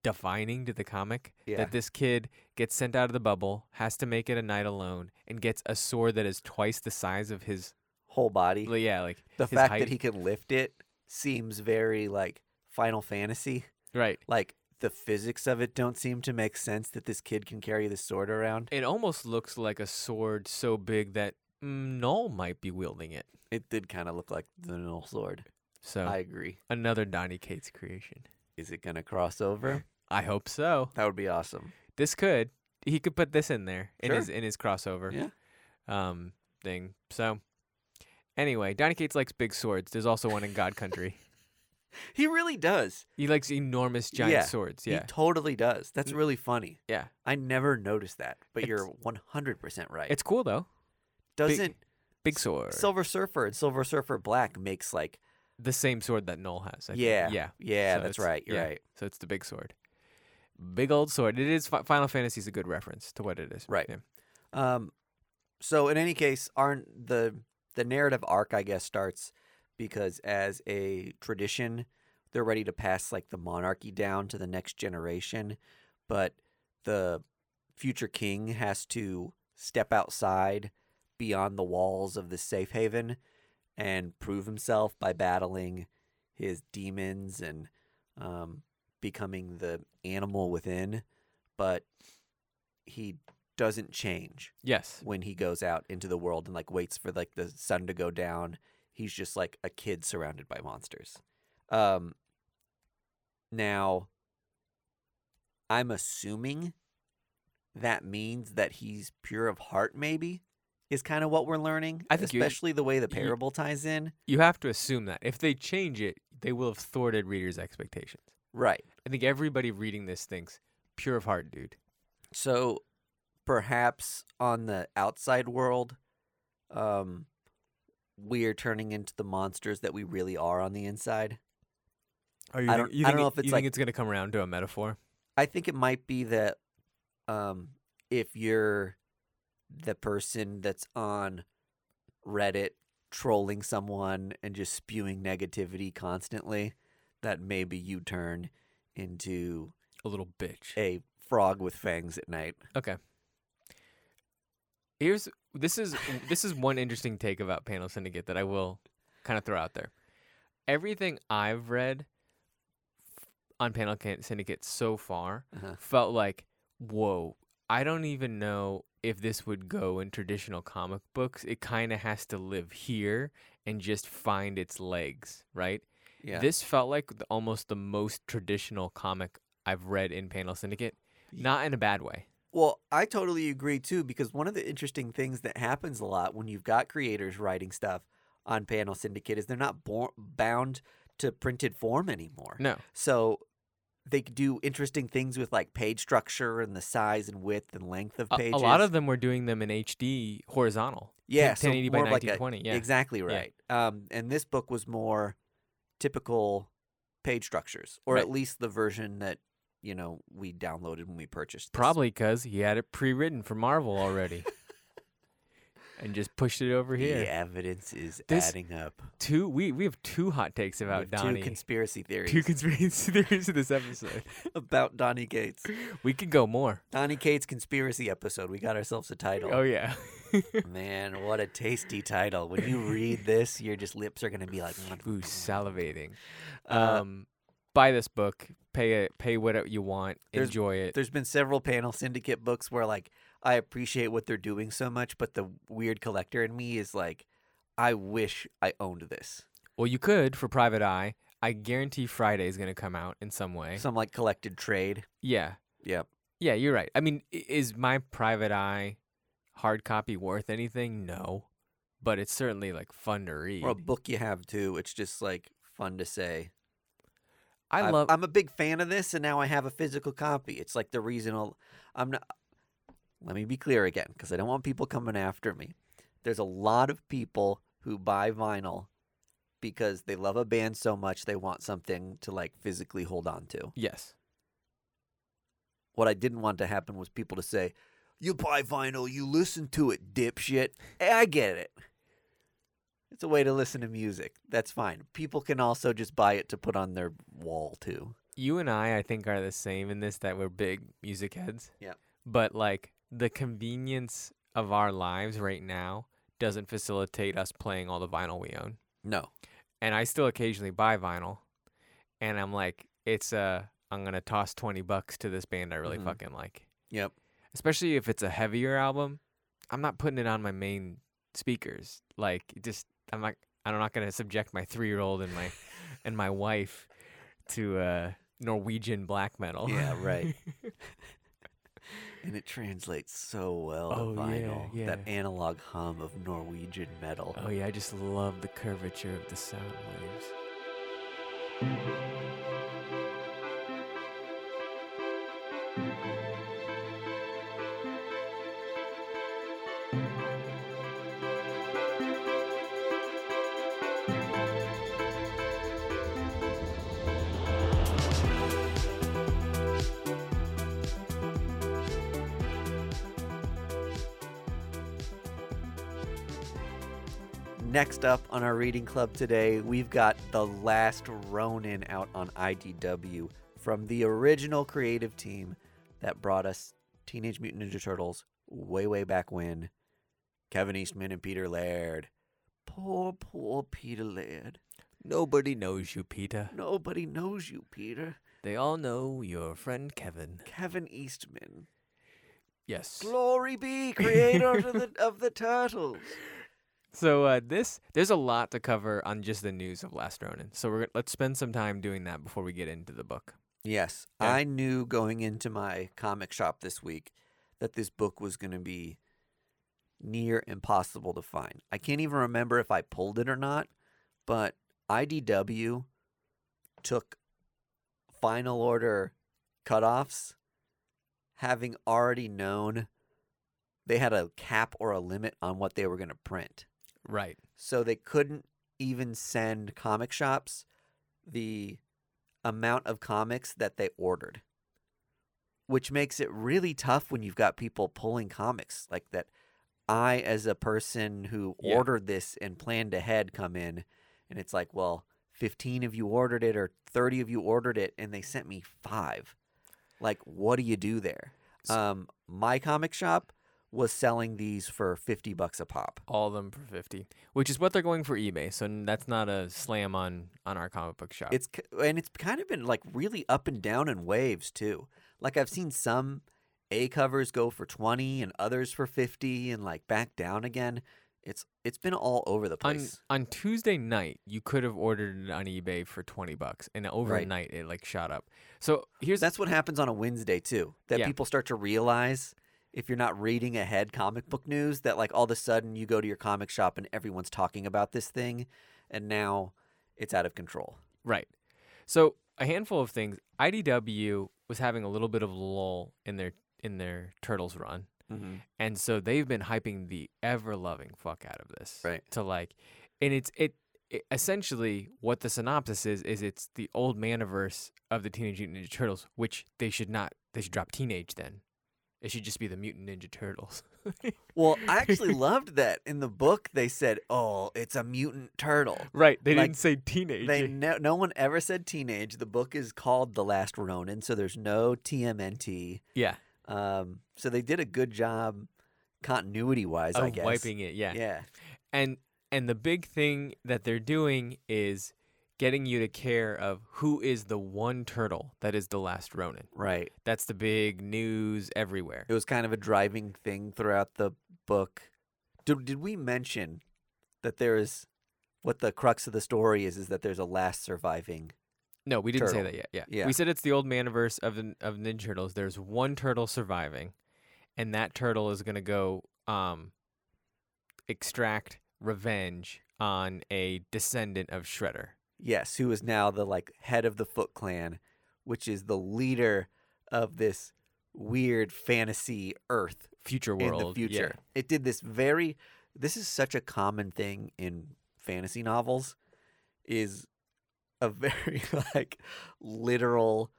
[SPEAKER 2] defining to the comic
[SPEAKER 1] yeah.
[SPEAKER 2] that this kid gets sent out of the bubble, has to make it a night alone and gets a sword that is twice the size of his
[SPEAKER 1] Whole body.
[SPEAKER 2] yeah, like
[SPEAKER 1] the
[SPEAKER 2] his
[SPEAKER 1] fact
[SPEAKER 2] height.
[SPEAKER 1] that he can lift it seems very like Final Fantasy.
[SPEAKER 2] right.
[SPEAKER 1] Like the physics of it don't seem to make sense that this kid can carry this sword around.
[SPEAKER 2] It almost looks like a sword so big that mm, Null might be wielding it.
[SPEAKER 1] It did kind of look like the null sword.
[SPEAKER 2] So
[SPEAKER 1] I agree.
[SPEAKER 2] another Donny Cates creation.
[SPEAKER 1] Is it gonna cross over?
[SPEAKER 2] I hope so.
[SPEAKER 1] That would be awesome.
[SPEAKER 2] This could he could put this in there in
[SPEAKER 1] Sure.
[SPEAKER 2] his in his crossover
[SPEAKER 1] Yeah.
[SPEAKER 2] um thing. So anyway, Donny Cates likes big swords. There's also one in God Country.
[SPEAKER 1] He really does.
[SPEAKER 2] He likes enormous giant
[SPEAKER 1] Yeah.
[SPEAKER 2] swords. Yeah.
[SPEAKER 1] He totally does. That's
[SPEAKER 2] Mm.
[SPEAKER 1] really funny.
[SPEAKER 2] Yeah.
[SPEAKER 1] I never noticed that, but
[SPEAKER 2] It's-
[SPEAKER 1] you're 100% right.
[SPEAKER 2] It's cool though.
[SPEAKER 1] Doesn't
[SPEAKER 2] Big sword.
[SPEAKER 1] Silver Surfer and Silver Surfer Black makes like
[SPEAKER 2] the same sword that Null has. I think.
[SPEAKER 1] yeah.
[SPEAKER 2] Yeah.
[SPEAKER 1] Yeah,
[SPEAKER 2] So
[SPEAKER 1] that's
[SPEAKER 2] it's-
[SPEAKER 1] right. You're
[SPEAKER 2] yeah.
[SPEAKER 1] right.
[SPEAKER 2] So it's the big sword. Big old sword. It is Fi- Final Fantasy's a good reference to what it is.
[SPEAKER 1] Right.
[SPEAKER 2] Yeah.
[SPEAKER 1] Um, so in any case, aren't the the narrative arc, I guess, starts because as a tradition, they're ready to pass like the monarchy down to the next generation, but the future king has to step outside beyond the walls of the safe haven and prove himself by battling his demons and um, becoming the animal within, but he doesn't change
[SPEAKER 2] Yes.
[SPEAKER 1] when he goes out into the world and like waits for like the sun to go down. He's just like a kid surrounded by monsters. Um now I'm assuming that means that he's pure of heart maybe is kind of what we're learning,
[SPEAKER 2] I think you-
[SPEAKER 1] especially the way the
[SPEAKER 2] you-
[SPEAKER 1] parable ties in.
[SPEAKER 2] You have to assume that. If they change it, they will have thwarted readers' expectations.
[SPEAKER 1] Right.
[SPEAKER 2] I think everybody reading this thinks pure of heart, dude.
[SPEAKER 1] So perhaps on the outside world, um, we are turning into the monsters that we really are on the inside.
[SPEAKER 2] Are you
[SPEAKER 1] I
[SPEAKER 2] think-
[SPEAKER 1] don't-
[SPEAKER 2] you
[SPEAKER 1] I don't
[SPEAKER 2] think
[SPEAKER 1] know
[SPEAKER 2] it-
[SPEAKER 1] if it's
[SPEAKER 2] you
[SPEAKER 1] like-
[SPEAKER 2] think it's going to come around to a metaphor.
[SPEAKER 1] I think it might be that um, if you're the person that's on Reddit trolling someone and just spewing negativity constantly, that maybe you turn into
[SPEAKER 2] A little bitch.
[SPEAKER 1] a frog with fangs at night.
[SPEAKER 2] Okay. Here's this is this is one interesting take about Panel Syndicate that I will kind of throw out there. Everything I've read f- on Panel Can- Syndicate so far
[SPEAKER 1] Uh-huh.
[SPEAKER 2] felt like, whoa, I don't even know if this would go in traditional comic books. It kind of has to live here and just find its legs, right?
[SPEAKER 1] Yeah.
[SPEAKER 2] This felt like the, almost the most traditional comic I've read in Panel Syndicate, not in a bad way.
[SPEAKER 1] Well, I totally agree too, because one of the interesting things that happens a lot when you've got creators writing stuff on Panel Syndicate is they're not bor- bound to printed form anymore.
[SPEAKER 2] No.
[SPEAKER 1] So they could do interesting things with like page structure and the size and width and length of
[SPEAKER 2] A-
[SPEAKER 1] pages.
[SPEAKER 2] A, lot of them were doing them in HD horizontal.
[SPEAKER 1] yeah, so
[SPEAKER 2] 1080 by
[SPEAKER 1] more of like a-
[SPEAKER 2] 1920. yeah.
[SPEAKER 1] Exactly right. Um, and this book was more typical page structures, or
[SPEAKER 2] Right.
[SPEAKER 1] at least the version that you know we downloaded when we purchased. this.
[SPEAKER 2] Probably because he had it pre-written for Marvel already, and just pushed it over here.
[SPEAKER 1] the evidence is
[SPEAKER 2] This-
[SPEAKER 1] adding up.
[SPEAKER 2] Two. We we have two hot takes
[SPEAKER 1] We
[SPEAKER 2] about
[SPEAKER 1] have
[SPEAKER 2] Donnie.
[SPEAKER 1] two conspiracy theories
[SPEAKER 2] two conspiracy theories in this episode.
[SPEAKER 1] about Donnie Gates.
[SPEAKER 2] We could go more.
[SPEAKER 1] Donnie Gates conspiracy episode. We got ourselves a title.
[SPEAKER 2] Oh yeah.
[SPEAKER 1] Man, what a tasty title. When you read this, your just lips are gonna be like
[SPEAKER 2] Ooh, salivating.
[SPEAKER 1] Uh,
[SPEAKER 2] Um, buy this book. Pay it. Pay whatever you want.
[SPEAKER 1] There's-
[SPEAKER 2] Enjoy it.
[SPEAKER 1] There's been several panel syndicate books where like I appreciate what they're doing so much, but the weird collector in me is like, I wish I owned this.
[SPEAKER 2] Well, you could for Private Eye. I guarantee Friday is going to come out in some way.
[SPEAKER 1] Some like collected trade.
[SPEAKER 2] Yeah.
[SPEAKER 1] Yep.
[SPEAKER 2] Yeah, you're right. I mean, i- is my private eye hard copy worth anything? No. But it's certainly like fun to read.
[SPEAKER 1] Or a book you have too. It's just like fun to say.
[SPEAKER 2] I
[SPEAKER 1] I'm-
[SPEAKER 2] love
[SPEAKER 1] I'm a big fan of this, and now I have a physical copy. It's like the reason I'll, I'm not. Let me be clear again, because I don't want people coming after me. There's a lot of people who buy vinyl because they love a band so much they want something to like physically hold on to.
[SPEAKER 2] Yes.
[SPEAKER 1] What I didn't want to happen was people to say, "You buy vinyl, you listen to it, dipshit." And I get it. It's a way to listen to music. That's fine. People can also just buy it to put on their wall too.
[SPEAKER 2] You and I I think are the same in this that we're big music heads.
[SPEAKER 1] Yep.
[SPEAKER 2] But like the convenience of our lives right now doesn't facilitate us playing all the vinyl we own.
[SPEAKER 1] No.
[SPEAKER 2] And I still occasionally buy vinyl and I'm like it's uh I'm going to toss 20 bucks to this band I really
[SPEAKER 1] Mhm.
[SPEAKER 2] fucking like.
[SPEAKER 1] Yep.
[SPEAKER 2] especially if it's a heavier album, I'm not putting it on my main speakers. Like it just I'm not I'm not gonna subject my three year old and my and my wife to uh Norwegian black metal.
[SPEAKER 1] Yeah, right. And it translates so well
[SPEAKER 2] Oh,
[SPEAKER 1] to
[SPEAKER 2] yeah,
[SPEAKER 1] vinyl. That
[SPEAKER 2] yeah.
[SPEAKER 1] analog hum of Norwegian metal.
[SPEAKER 2] oh yeah, I just love the curvature of the sound waves.
[SPEAKER 1] Next up on our reading club today, we've got The Last Ronin out on IDW from the original creative team that brought us Teenage Mutant Ninja Turtles way, way back when. Kevin Eastman and Peter Laird. Poor, poor Peter Laird.
[SPEAKER 2] Nobody knows you, Peter.
[SPEAKER 1] Nobody knows you, Peter.
[SPEAKER 2] They all know your friend Kevin.
[SPEAKER 1] Kevin Eastman.
[SPEAKER 2] Yes.
[SPEAKER 1] Glory be, creator of the, of the turtles.
[SPEAKER 2] So uh, this there's a lot to cover on just the news of Last Ronin. So we're gonna let's spend some time doing that before we get into the book.
[SPEAKER 1] Yes,
[SPEAKER 2] Yeah.
[SPEAKER 1] I knew going into my comic shop this week that this book was going to be near impossible to find. I can't even remember if I pulled it or not, but IDW took final order cutoffs, having already known they had a cap or a limit on what they were going to print.
[SPEAKER 2] Right.
[SPEAKER 1] so they couldn't even send comic shops the amount of comics that they ordered which makes it really tough when you've got people pulling comics like that i as a person who
[SPEAKER 2] Yeah.
[SPEAKER 1] ordered this and planned ahead come in and it's like well 15 of you ordered it or 30 of you ordered it and they sent me 5 Like, what do you do there?
[SPEAKER 2] S-
[SPEAKER 1] Um, my comic shop was selling these for 50 bucks a pop.
[SPEAKER 2] All of them for 50, which is what they're going for eBay. So n- that's not a slam on on our comic book shop.
[SPEAKER 1] It's k- and it's kind of been like really up and down in waves too. Like I've seen some A covers go for 20 and others for 50 and like back down again. It's it's been all over the
[SPEAKER 2] on
[SPEAKER 1] place.
[SPEAKER 2] on Tuesday night, you could have ordered it on eBay for 20 bucks and overnight it like shot up. So here's
[SPEAKER 1] That's what happens on a Wednesday too. That
[SPEAKER 2] Yeah.
[SPEAKER 1] people start to realize if you're not reading ahead comic book news that like all of a sudden you go to your comic shop and everyone's talking about this thing and now it's out of control.
[SPEAKER 2] Right. So a handful of things. IDW was having a little bit of lull in their in their Turtles run,
[SPEAKER 1] Mm-hmm.
[SPEAKER 2] and so they've been hyping the ever loving fuck out of this.
[SPEAKER 1] Right.
[SPEAKER 2] To like, and it's it, it essentially what the synopsis is is it's the old maniverse of the Teenage Mutant Ninja Turtles, which they should not. They should drop teenage then. It should just be the Mutant Ninja Turtles.
[SPEAKER 1] Well, I actually loved that in the book they said, "Oh, it's a mutant turtle."
[SPEAKER 2] right. They
[SPEAKER 1] Like,
[SPEAKER 2] didn't say teenage.
[SPEAKER 1] They no, no one ever said teenage. The book is called The Last Ronin, so there's no TMNT.
[SPEAKER 2] yeah.
[SPEAKER 1] Um, so they did a good job continuity wise, I
[SPEAKER 2] of
[SPEAKER 1] guess.
[SPEAKER 2] wiping it. Yeah.
[SPEAKER 1] Yeah.
[SPEAKER 2] and and the big thing that they're doing is getting you to care of who is the one turtle that is the last ronin
[SPEAKER 1] Right.
[SPEAKER 2] that's the big news everywhere
[SPEAKER 1] It was kind of a driving thing throughout the book. Did, did we mention that there is what the crux of the story is? Is that there's a last surviving?
[SPEAKER 2] no we didn't say
[SPEAKER 1] Turtle.
[SPEAKER 2] that yet yeah.
[SPEAKER 1] Yeah.
[SPEAKER 2] we said it's the old maniverse of the, of ninja turtles there's one turtle surviving and that turtle is going to go um extract revenge on a descendant of shredder
[SPEAKER 1] Yes, who is now the like head of the Foot Clan, which is the leader of this weird fantasy Earth
[SPEAKER 2] future world
[SPEAKER 1] in the
[SPEAKER 2] yeah.
[SPEAKER 1] future. It did this very. This is such a common thing in fantasy novels, is a very like literal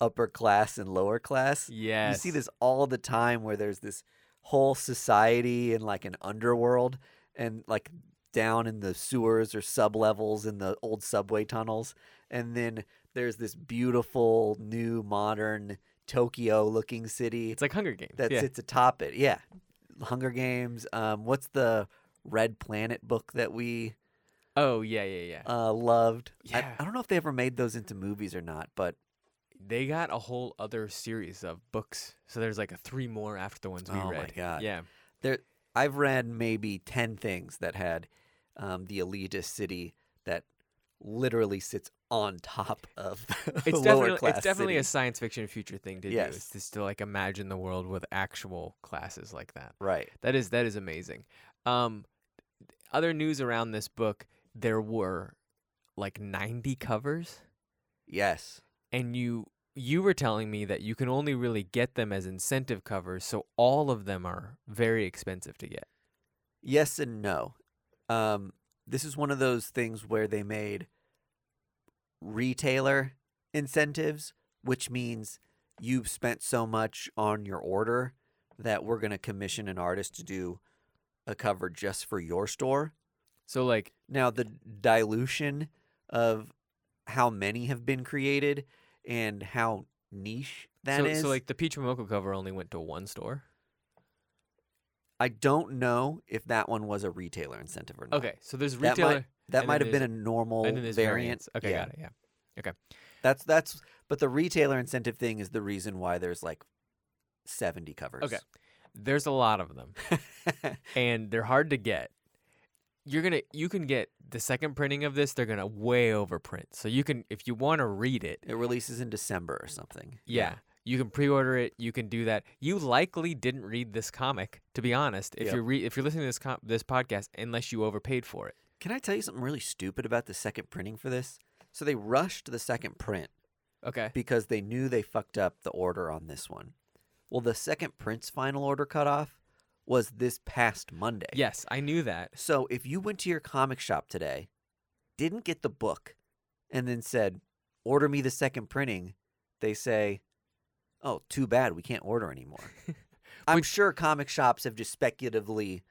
[SPEAKER 1] upper class and lower class
[SPEAKER 2] yes
[SPEAKER 1] You see this all the time where there's this whole society and like an underworld and like down in the sewers or sublevels in the old subway tunnels and then there's this beautiful new modern Tokyo looking city
[SPEAKER 2] it's like hunger games
[SPEAKER 1] that
[SPEAKER 2] yeah.
[SPEAKER 1] sits atop it. Yeah. Hunger Games. Um what's the Red Planet book that we
[SPEAKER 2] oh yeah yeah yeah
[SPEAKER 1] uh loved?
[SPEAKER 2] Yeah.
[SPEAKER 1] I, I don't know if they ever made those into movies or not, but
[SPEAKER 2] they got a whole other series of books. So there's like a three more after the ones we
[SPEAKER 1] Oh my
[SPEAKER 2] read.
[SPEAKER 1] God.
[SPEAKER 2] Yeah.
[SPEAKER 1] there I've read maybe 10 things that had um, the elitist city that literally sits on top of the
[SPEAKER 2] It's
[SPEAKER 1] lower
[SPEAKER 2] definitely
[SPEAKER 1] class
[SPEAKER 2] it's definitely a
[SPEAKER 1] city.
[SPEAKER 2] science fiction future thing to do. Is
[SPEAKER 1] Yes.
[SPEAKER 2] just to like imagine the world with actual classes like that.
[SPEAKER 1] right.
[SPEAKER 2] That is that is amazing. Um other news around this book, there were like 90 covers
[SPEAKER 1] Yes.
[SPEAKER 2] and you you were telling me that you can only really get them as incentive covers, so all of them are very expensive to get.
[SPEAKER 1] Yes and no. Um, this is one of those things where they made retailer incentives, which means you've spent so much on your order that we're going to commission an artist to do a cover just for your store.
[SPEAKER 2] So like
[SPEAKER 1] Now the dilution of how many have been created and how niche that
[SPEAKER 2] so,
[SPEAKER 1] is.
[SPEAKER 2] so like the Peach Momoko cover only went to one store.
[SPEAKER 1] I don't know if that one was a retailer incentive or not.
[SPEAKER 2] Okay, so there's
[SPEAKER 1] That might-
[SPEAKER 2] retailer
[SPEAKER 1] That
[SPEAKER 2] and
[SPEAKER 1] might
[SPEAKER 2] then
[SPEAKER 1] have been a
[SPEAKER 2] there's-
[SPEAKER 1] normal
[SPEAKER 2] and then there's
[SPEAKER 1] variant.
[SPEAKER 2] variants. Okay,
[SPEAKER 1] yeah.
[SPEAKER 2] got it. Yeah.
[SPEAKER 1] That's that's but the retailer incentive thing is the reason why there's like 70 covers.
[SPEAKER 2] Okay. There's a lot of them, and they're hard to get. You're gonna you can get the second printing of this. They're gonna way overprint. So you can if you want to read it,
[SPEAKER 1] it releases in December or something.
[SPEAKER 2] yeah, you can pre-order it. You can do that. You likely didn't read this comic, to be honest. If
[SPEAKER 1] Yep.
[SPEAKER 2] you're re- if you're listening to this com- this podcast, unless you overpaid for it.
[SPEAKER 1] Can I tell you something really stupid about the second printing for this? So they rushed the second print
[SPEAKER 2] Okay.
[SPEAKER 1] because they knew they fucked up the order on this one. Well, the second print's final order cutoff was this past Monday.
[SPEAKER 2] Yes, I knew that.
[SPEAKER 1] So if you went to your comic shop today, didn't get the book, and then said, order me the second printing, they say, oh, too bad. We can't order anymore. I'm sure comic shops have just speculatively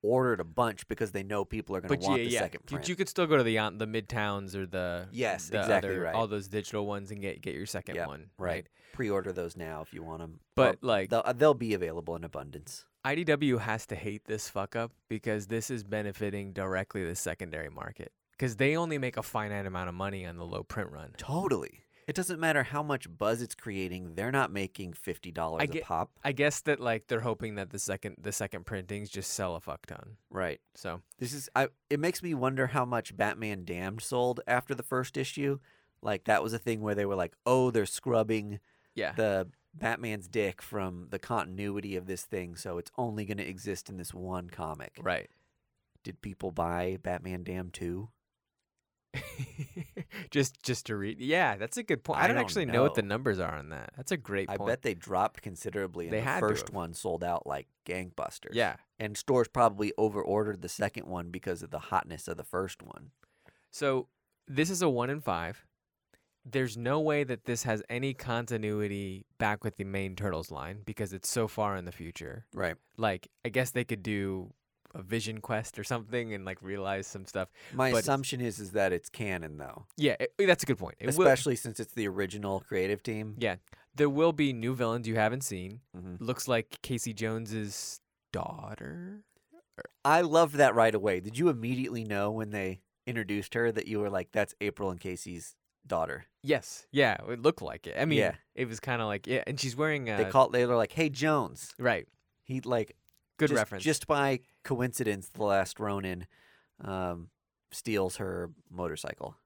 [SPEAKER 1] ordered a bunch because they know people are going
[SPEAKER 2] But
[SPEAKER 1] to want
[SPEAKER 2] yeah,
[SPEAKER 1] the
[SPEAKER 2] yeah.
[SPEAKER 1] second
[SPEAKER 2] You-
[SPEAKER 1] print.
[SPEAKER 2] You could still go to the on- the midtowns or the
[SPEAKER 1] Yes,
[SPEAKER 2] the
[SPEAKER 1] exactly
[SPEAKER 2] other-
[SPEAKER 1] right.
[SPEAKER 2] all those digital ones and get get your second
[SPEAKER 1] Yep,
[SPEAKER 2] one
[SPEAKER 1] right. Pre-order those now if you want them.
[SPEAKER 2] But like
[SPEAKER 1] they'll, uh, they'll be available in abundance.
[SPEAKER 2] IDW has to hate this fuck up because this is benefiting directly the secondary market because they only make a finite amount of money on the low print run.
[SPEAKER 1] Totally. It doesn't matter how much buzz it's creating. They're not making fifty dollars
[SPEAKER 2] I
[SPEAKER 1] a
[SPEAKER 2] get-
[SPEAKER 1] pop.
[SPEAKER 2] I guess that like they're hoping that the second the second printings just sell a fuck ton.
[SPEAKER 1] Right.
[SPEAKER 2] So
[SPEAKER 1] This is. I. It makes me wonder how much Batman Damned sold after the first issue. Like that was a thing where they were like, "Oh, they're scrubbing
[SPEAKER 2] yeah,
[SPEAKER 1] the Batman's dick from the continuity of this thing, so it's only going to exist in this one comic."
[SPEAKER 2] right.
[SPEAKER 1] Did people buy Batman Damned two?
[SPEAKER 2] just just to read. Yeah, that's a good point. I
[SPEAKER 1] I
[SPEAKER 2] don't,
[SPEAKER 1] don't
[SPEAKER 2] actually know. what the
[SPEAKER 1] know.
[SPEAKER 2] numbers are on that. That's a great
[SPEAKER 1] I
[SPEAKER 2] point.
[SPEAKER 1] bet they dropped considerably. And
[SPEAKER 2] They
[SPEAKER 1] the
[SPEAKER 2] had to
[SPEAKER 1] first
[SPEAKER 2] have.
[SPEAKER 1] one sold out like gangbusters.
[SPEAKER 2] yeah.
[SPEAKER 1] and stores probably overordered the second one because of the hotness of the first one.
[SPEAKER 2] So this is a one in five. There's no way that this has any continuity back with the main Turtles line because it's so far in the future.
[SPEAKER 1] Right.
[SPEAKER 2] Like, I guess they could do a vision quest or something and like realize some stuff.
[SPEAKER 1] My
[SPEAKER 2] But-
[SPEAKER 1] assumption is is that it's canon though,
[SPEAKER 2] Yeah, it- that's a good point. It will-
[SPEAKER 1] especially since it's the original creative team.
[SPEAKER 2] yeah, there will be new villains you haven't seen.
[SPEAKER 1] Mhm.
[SPEAKER 2] Looks like Casey Jones's daughter.
[SPEAKER 1] I loved that right away. Did you immediately know when they introduced her that you were like, "That's April and Casey's daughter"?
[SPEAKER 2] Yes, yeah, it looked like it. I mean,
[SPEAKER 1] Yeah.
[SPEAKER 2] it was kind of like yeah, and she's wearing a
[SPEAKER 1] they called. They were like, "Hey Jones."
[SPEAKER 2] right.
[SPEAKER 1] He like
[SPEAKER 2] Good
[SPEAKER 1] just,
[SPEAKER 2] reference.
[SPEAKER 1] Just by coincidence, the last Ronin um, steals her motorcycle.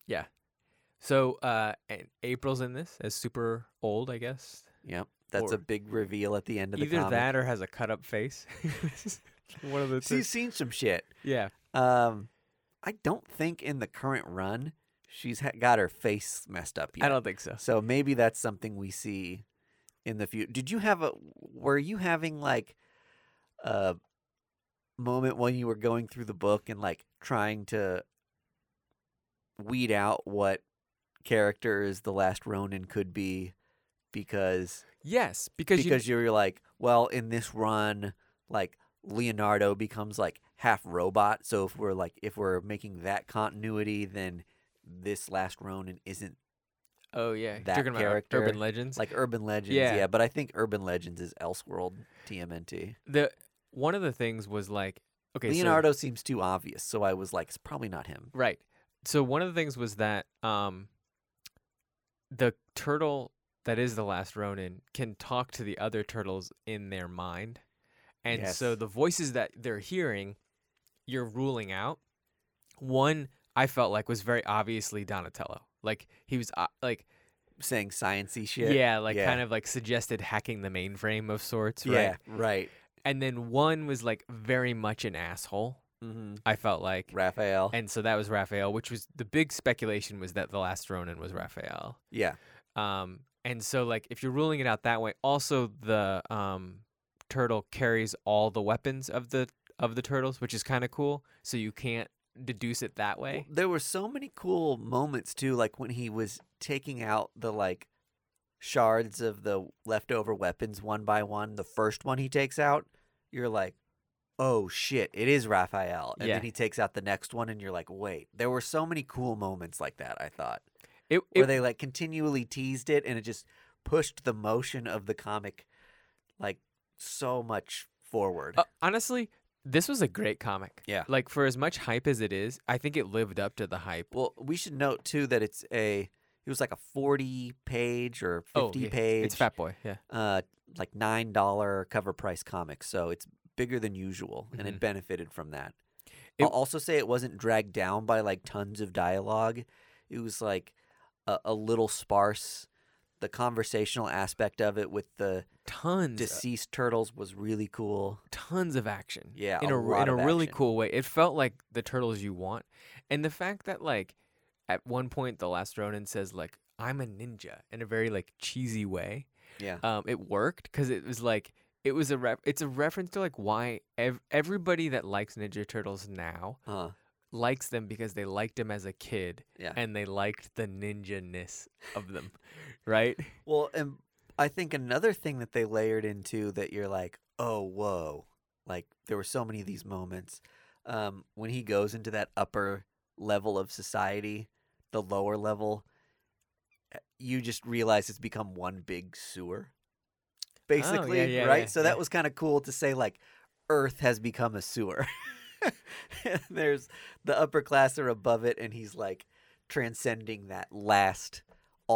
[SPEAKER 2] So uh, and April's in this as super old, I guess.
[SPEAKER 1] Yep, that's
[SPEAKER 2] Or-
[SPEAKER 1] a big reveal at the end of the
[SPEAKER 2] Either
[SPEAKER 1] comic.
[SPEAKER 2] that or has a cut up face. One of the two.
[SPEAKER 1] She's seen some shit.
[SPEAKER 2] yeah.
[SPEAKER 1] Um, I don't think in the current run she's ha- got her face messed up yet.
[SPEAKER 2] I don't think so.
[SPEAKER 1] So maybe that's something we see in the future. Did you have a? Were you having like a moment when you were going through the book and like trying to weed out what characters the last Ronin could be because
[SPEAKER 2] Yes, because,
[SPEAKER 1] because you, were like, well, in this run, like Leonardo becomes like half robot. So if we're like if we're making that continuity, then this last Ronin isn't
[SPEAKER 2] you. Oh yeah,
[SPEAKER 1] that
[SPEAKER 2] talking about Ur-
[SPEAKER 1] character,
[SPEAKER 2] urban legends.
[SPEAKER 1] like Urban Legends.
[SPEAKER 2] Yeah.
[SPEAKER 1] Yeah. but I think Urban Legends is Elseworld TMNT.
[SPEAKER 2] the one of the things was like okay, so-
[SPEAKER 1] Leonardo seems too obvious, so I was like, it's probably not him.
[SPEAKER 2] right. So one of the things was that um, the turtle that is the last Ronin can talk to the other turtles in their mind, and so
[SPEAKER 1] Yes.
[SPEAKER 2] the voices that they're hearing, you're ruling out. One I felt like was very obviously Donatello. Like he was uh, like
[SPEAKER 1] Saying sciency
[SPEAKER 2] yeah,
[SPEAKER 1] shit.
[SPEAKER 2] like kind of like suggested hacking the mainframe of sorts, right? Mm-hmm.
[SPEAKER 1] Yeah, right.
[SPEAKER 2] And then one was like very much an asshole.
[SPEAKER 1] hmm
[SPEAKER 2] I felt like
[SPEAKER 1] Raphael.
[SPEAKER 2] and so that was Raphael, which was the big speculation was that the last Ronin was Raphael.
[SPEAKER 1] yeah,
[SPEAKER 2] Um, and so like if you're ruling it out that way, also the um, turtle carries all the weapons of the of the turtles, which is kind of cool. So you can't deduce it that
[SPEAKER 1] Well,
[SPEAKER 2] way.
[SPEAKER 1] There were so many cool moments too, like when he was taking out the like shards of the leftover weapons one by one. The first one he takes out, you're like, "Oh shit, it is Raphael." And
[SPEAKER 2] Yeah.
[SPEAKER 1] then he takes out the next one, and you're like, "Wait." There were so many cool moments like that. I thought
[SPEAKER 2] It,
[SPEAKER 1] where
[SPEAKER 2] it-
[SPEAKER 1] they like continually teased it, and it just pushed the motion of the comic like so much forward.
[SPEAKER 2] uh, honestly, this was a great comic.
[SPEAKER 1] Yeah.
[SPEAKER 2] Like for as much hype as it is, I think it lived up to the hype.
[SPEAKER 1] Well, we should note too that it's a it was like a forty page or
[SPEAKER 2] Oh,
[SPEAKER 1] fifty
[SPEAKER 2] yeah,
[SPEAKER 1] page,
[SPEAKER 2] It's Fat Boy. Yeah.
[SPEAKER 1] uh, like nine dollar cover price comic, so it's bigger than usual, and
[SPEAKER 2] Mhm.
[SPEAKER 1] it benefited from that.
[SPEAKER 2] It-
[SPEAKER 1] I'll also say it wasn't dragged down by like tons of dialogue. It was like a, a little sparse. The conversational aspect of it with the
[SPEAKER 2] Tons. of-
[SPEAKER 1] deceased turtles was really cool.
[SPEAKER 2] tons of action.
[SPEAKER 1] Yeah,
[SPEAKER 2] in
[SPEAKER 1] a
[SPEAKER 2] a,
[SPEAKER 1] lot
[SPEAKER 2] in a
[SPEAKER 1] of
[SPEAKER 2] really
[SPEAKER 1] action.
[SPEAKER 2] cool way. It felt like the turtles you want, and the fact that like at one point the last Ronin says like I'm a ninja in a very like cheesy way.
[SPEAKER 1] Yeah,
[SPEAKER 2] Um, it worked because it was like it was a ref- it's a reference to like why ev- everybody that likes Ninja Turtles now
[SPEAKER 1] uh,
[SPEAKER 2] likes them because they liked them as a kid
[SPEAKER 1] yeah.
[SPEAKER 2] and they liked the ninja ness of them, right?
[SPEAKER 1] Well, and I think another thing that they layered into that you're like, oh, whoa, Like there were so many of these moments um, when he goes into that upper level of society, the lower level. uh, You just realize it's become one big sewer, basically,
[SPEAKER 2] Oh, yeah,
[SPEAKER 1] right?
[SPEAKER 2] yeah,
[SPEAKER 1] so
[SPEAKER 2] yeah.
[SPEAKER 1] that was kind of cool to say like, Earth has become a sewer. and there's the upper class are above it, and he's like transcending that last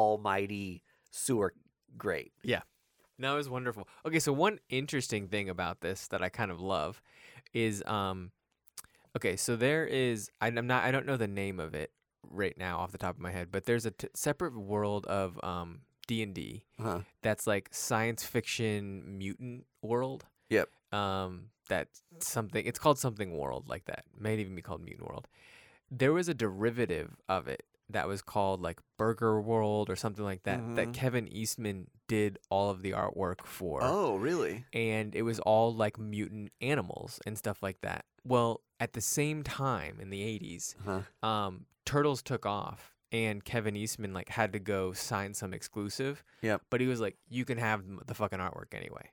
[SPEAKER 1] almighty sewer grate.
[SPEAKER 2] No, it was wonderful. Okay, so one interesting thing about this that I kind of love is um okay, so there is I- I'm not I don't know the name of it right now off the top of my head, but there's a t- separate world of um D&D
[SPEAKER 1] Huh.
[SPEAKER 2] that's like science fiction mutant world.
[SPEAKER 1] Yep.
[SPEAKER 2] Um, that's something. It's called something world like that. Might even be called mutant world. There was a derivative of it that was called like Burger World or something like that. That
[SPEAKER 1] Mhm.
[SPEAKER 2] Kevin Eastman did all of the artwork for
[SPEAKER 1] Oh, really?
[SPEAKER 2] and it was all like mutant animals and stuff like that. Well, at the same time in the 80s,
[SPEAKER 1] Huh.
[SPEAKER 2] um, Turtles took off and Kevin Eastman like had to go sign some exclusive.
[SPEAKER 1] Yep.
[SPEAKER 2] But he was like, "You can have m- the fucking artwork anyway."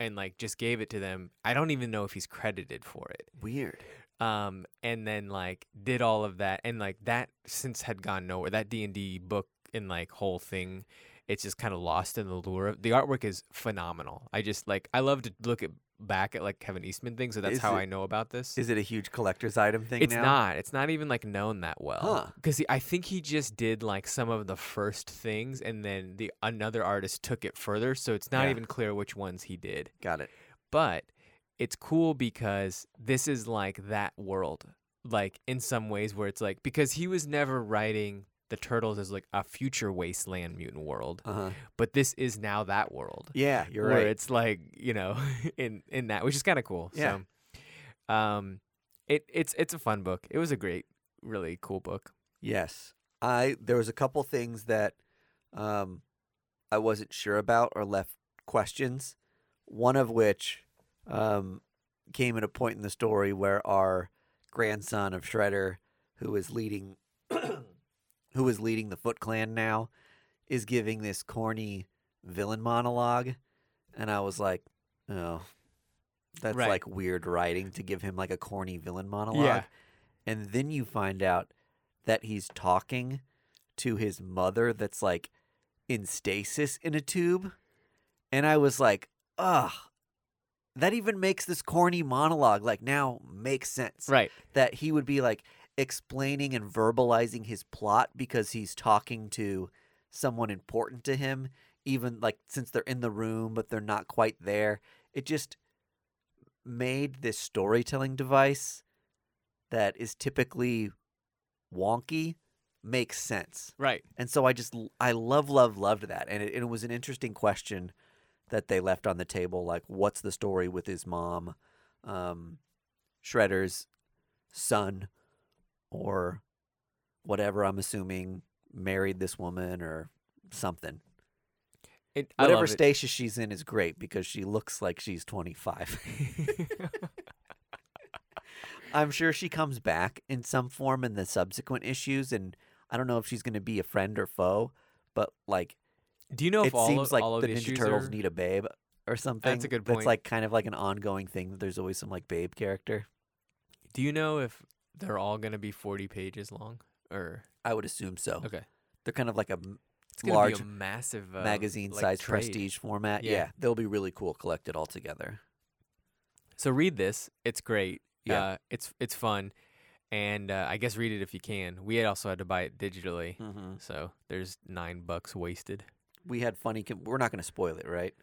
[SPEAKER 2] And like just gave it to them. I don't even know if he's credited for it.
[SPEAKER 1] Weird.
[SPEAKER 2] Um and then like did all of that and like that since had gone nowhere. That D&D book and like whole thing it's just kind of lost in the lure. of- The artwork is phenomenal. I just like I love to look at back at like Kevin Eastman things, so that's
[SPEAKER 1] Is
[SPEAKER 2] how
[SPEAKER 1] it-
[SPEAKER 2] I know about this.
[SPEAKER 1] Is it a huge collector's item thing
[SPEAKER 2] It's
[SPEAKER 1] now?
[SPEAKER 2] not. It's not even like known that well.
[SPEAKER 1] Huh.
[SPEAKER 2] Because I think he just did like some of the first things, and then the another artist took it further. So it's not
[SPEAKER 1] Yeah.
[SPEAKER 2] even clear which ones he did.
[SPEAKER 1] Got it.
[SPEAKER 2] But it's cool because this is like that world, like in some ways where it's like because he was never writing the turtles as like a future wasteland mutant world,
[SPEAKER 1] Uh-huh.
[SPEAKER 2] but this is now that world
[SPEAKER 1] Yeah, you're
[SPEAKER 2] where
[SPEAKER 1] right.
[SPEAKER 2] it's like you know in in that which is kind of cool
[SPEAKER 1] Yeah.
[SPEAKER 2] so um it it's it's a fun book it was a great really cool book
[SPEAKER 1] yes. I there was a couple things that um I wasn't sure about or left questions. One of which um came at a point in the story where our grandson of Shredder, who is leading who is leading the Foot Clan now, is giving this corny villain monologue. And I was like, oh, that's
[SPEAKER 2] Right.
[SPEAKER 1] like weird writing to give him like a corny villain monologue. And then you find out that he's talking to his mother that's like in stasis in a tube. And I was like, ugh, that even makes this corny monologue like now makes sense
[SPEAKER 2] right
[SPEAKER 1] that he would be like explaining and verbalizing his plot because he's talking to someone important to him even like since they're in the room but they're not quite there it just made this storytelling device that is typically wonky make sense
[SPEAKER 2] right
[SPEAKER 1] and so I just l- I love love loved that, and it, it was an interesting question that they left on the table, like what's the story with his mom, um, Shredder's son, or whatever. I'm assuming married this woman or something.
[SPEAKER 2] it, I
[SPEAKER 1] Whatever
[SPEAKER 2] love it.
[SPEAKER 1] stasis she's in is great because she looks like she's 25. I'm sure she comes back in some form in the subsequent issues, and I don't know if she's going to be a friend or foe, but like
[SPEAKER 2] do you know if
[SPEAKER 1] it
[SPEAKER 2] all
[SPEAKER 1] seems
[SPEAKER 2] of,
[SPEAKER 1] like
[SPEAKER 2] all of
[SPEAKER 1] the
[SPEAKER 2] the
[SPEAKER 1] Ninja
[SPEAKER 2] issues
[SPEAKER 1] Turtles
[SPEAKER 2] are-
[SPEAKER 1] need a babe or something.
[SPEAKER 2] good point.
[SPEAKER 1] That's like kind of like an ongoing thing. that There's always some like babe character.
[SPEAKER 2] do you know if they're all going to be 40 pages long or
[SPEAKER 1] I would assume so.
[SPEAKER 2] okay
[SPEAKER 1] They're kind of like a m-
[SPEAKER 2] it's gonna
[SPEAKER 1] large
[SPEAKER 2] be a massive uh,
[SPEAKER 1] magazine
[SPEAKER 2] like,
[SPEAKER 1] sized
[SPEAKER 2] trade.
[SPEAKER 1] prestige format.
[SPEAKER 2] Yeah.
[SPEAKER 1] Yeah. they'll be really cool collected all together.
[SPEAKER 2] so read this it's great
[SPEAKER 1] Yeah.
[SPEAKER 2] uh, it's it's fun and uh, i guess read it if you can we had also had to buy it digitally so there's nine bucks wasted
[SPEAKER 1] We had funny. Com- we're not going to spoil it, right?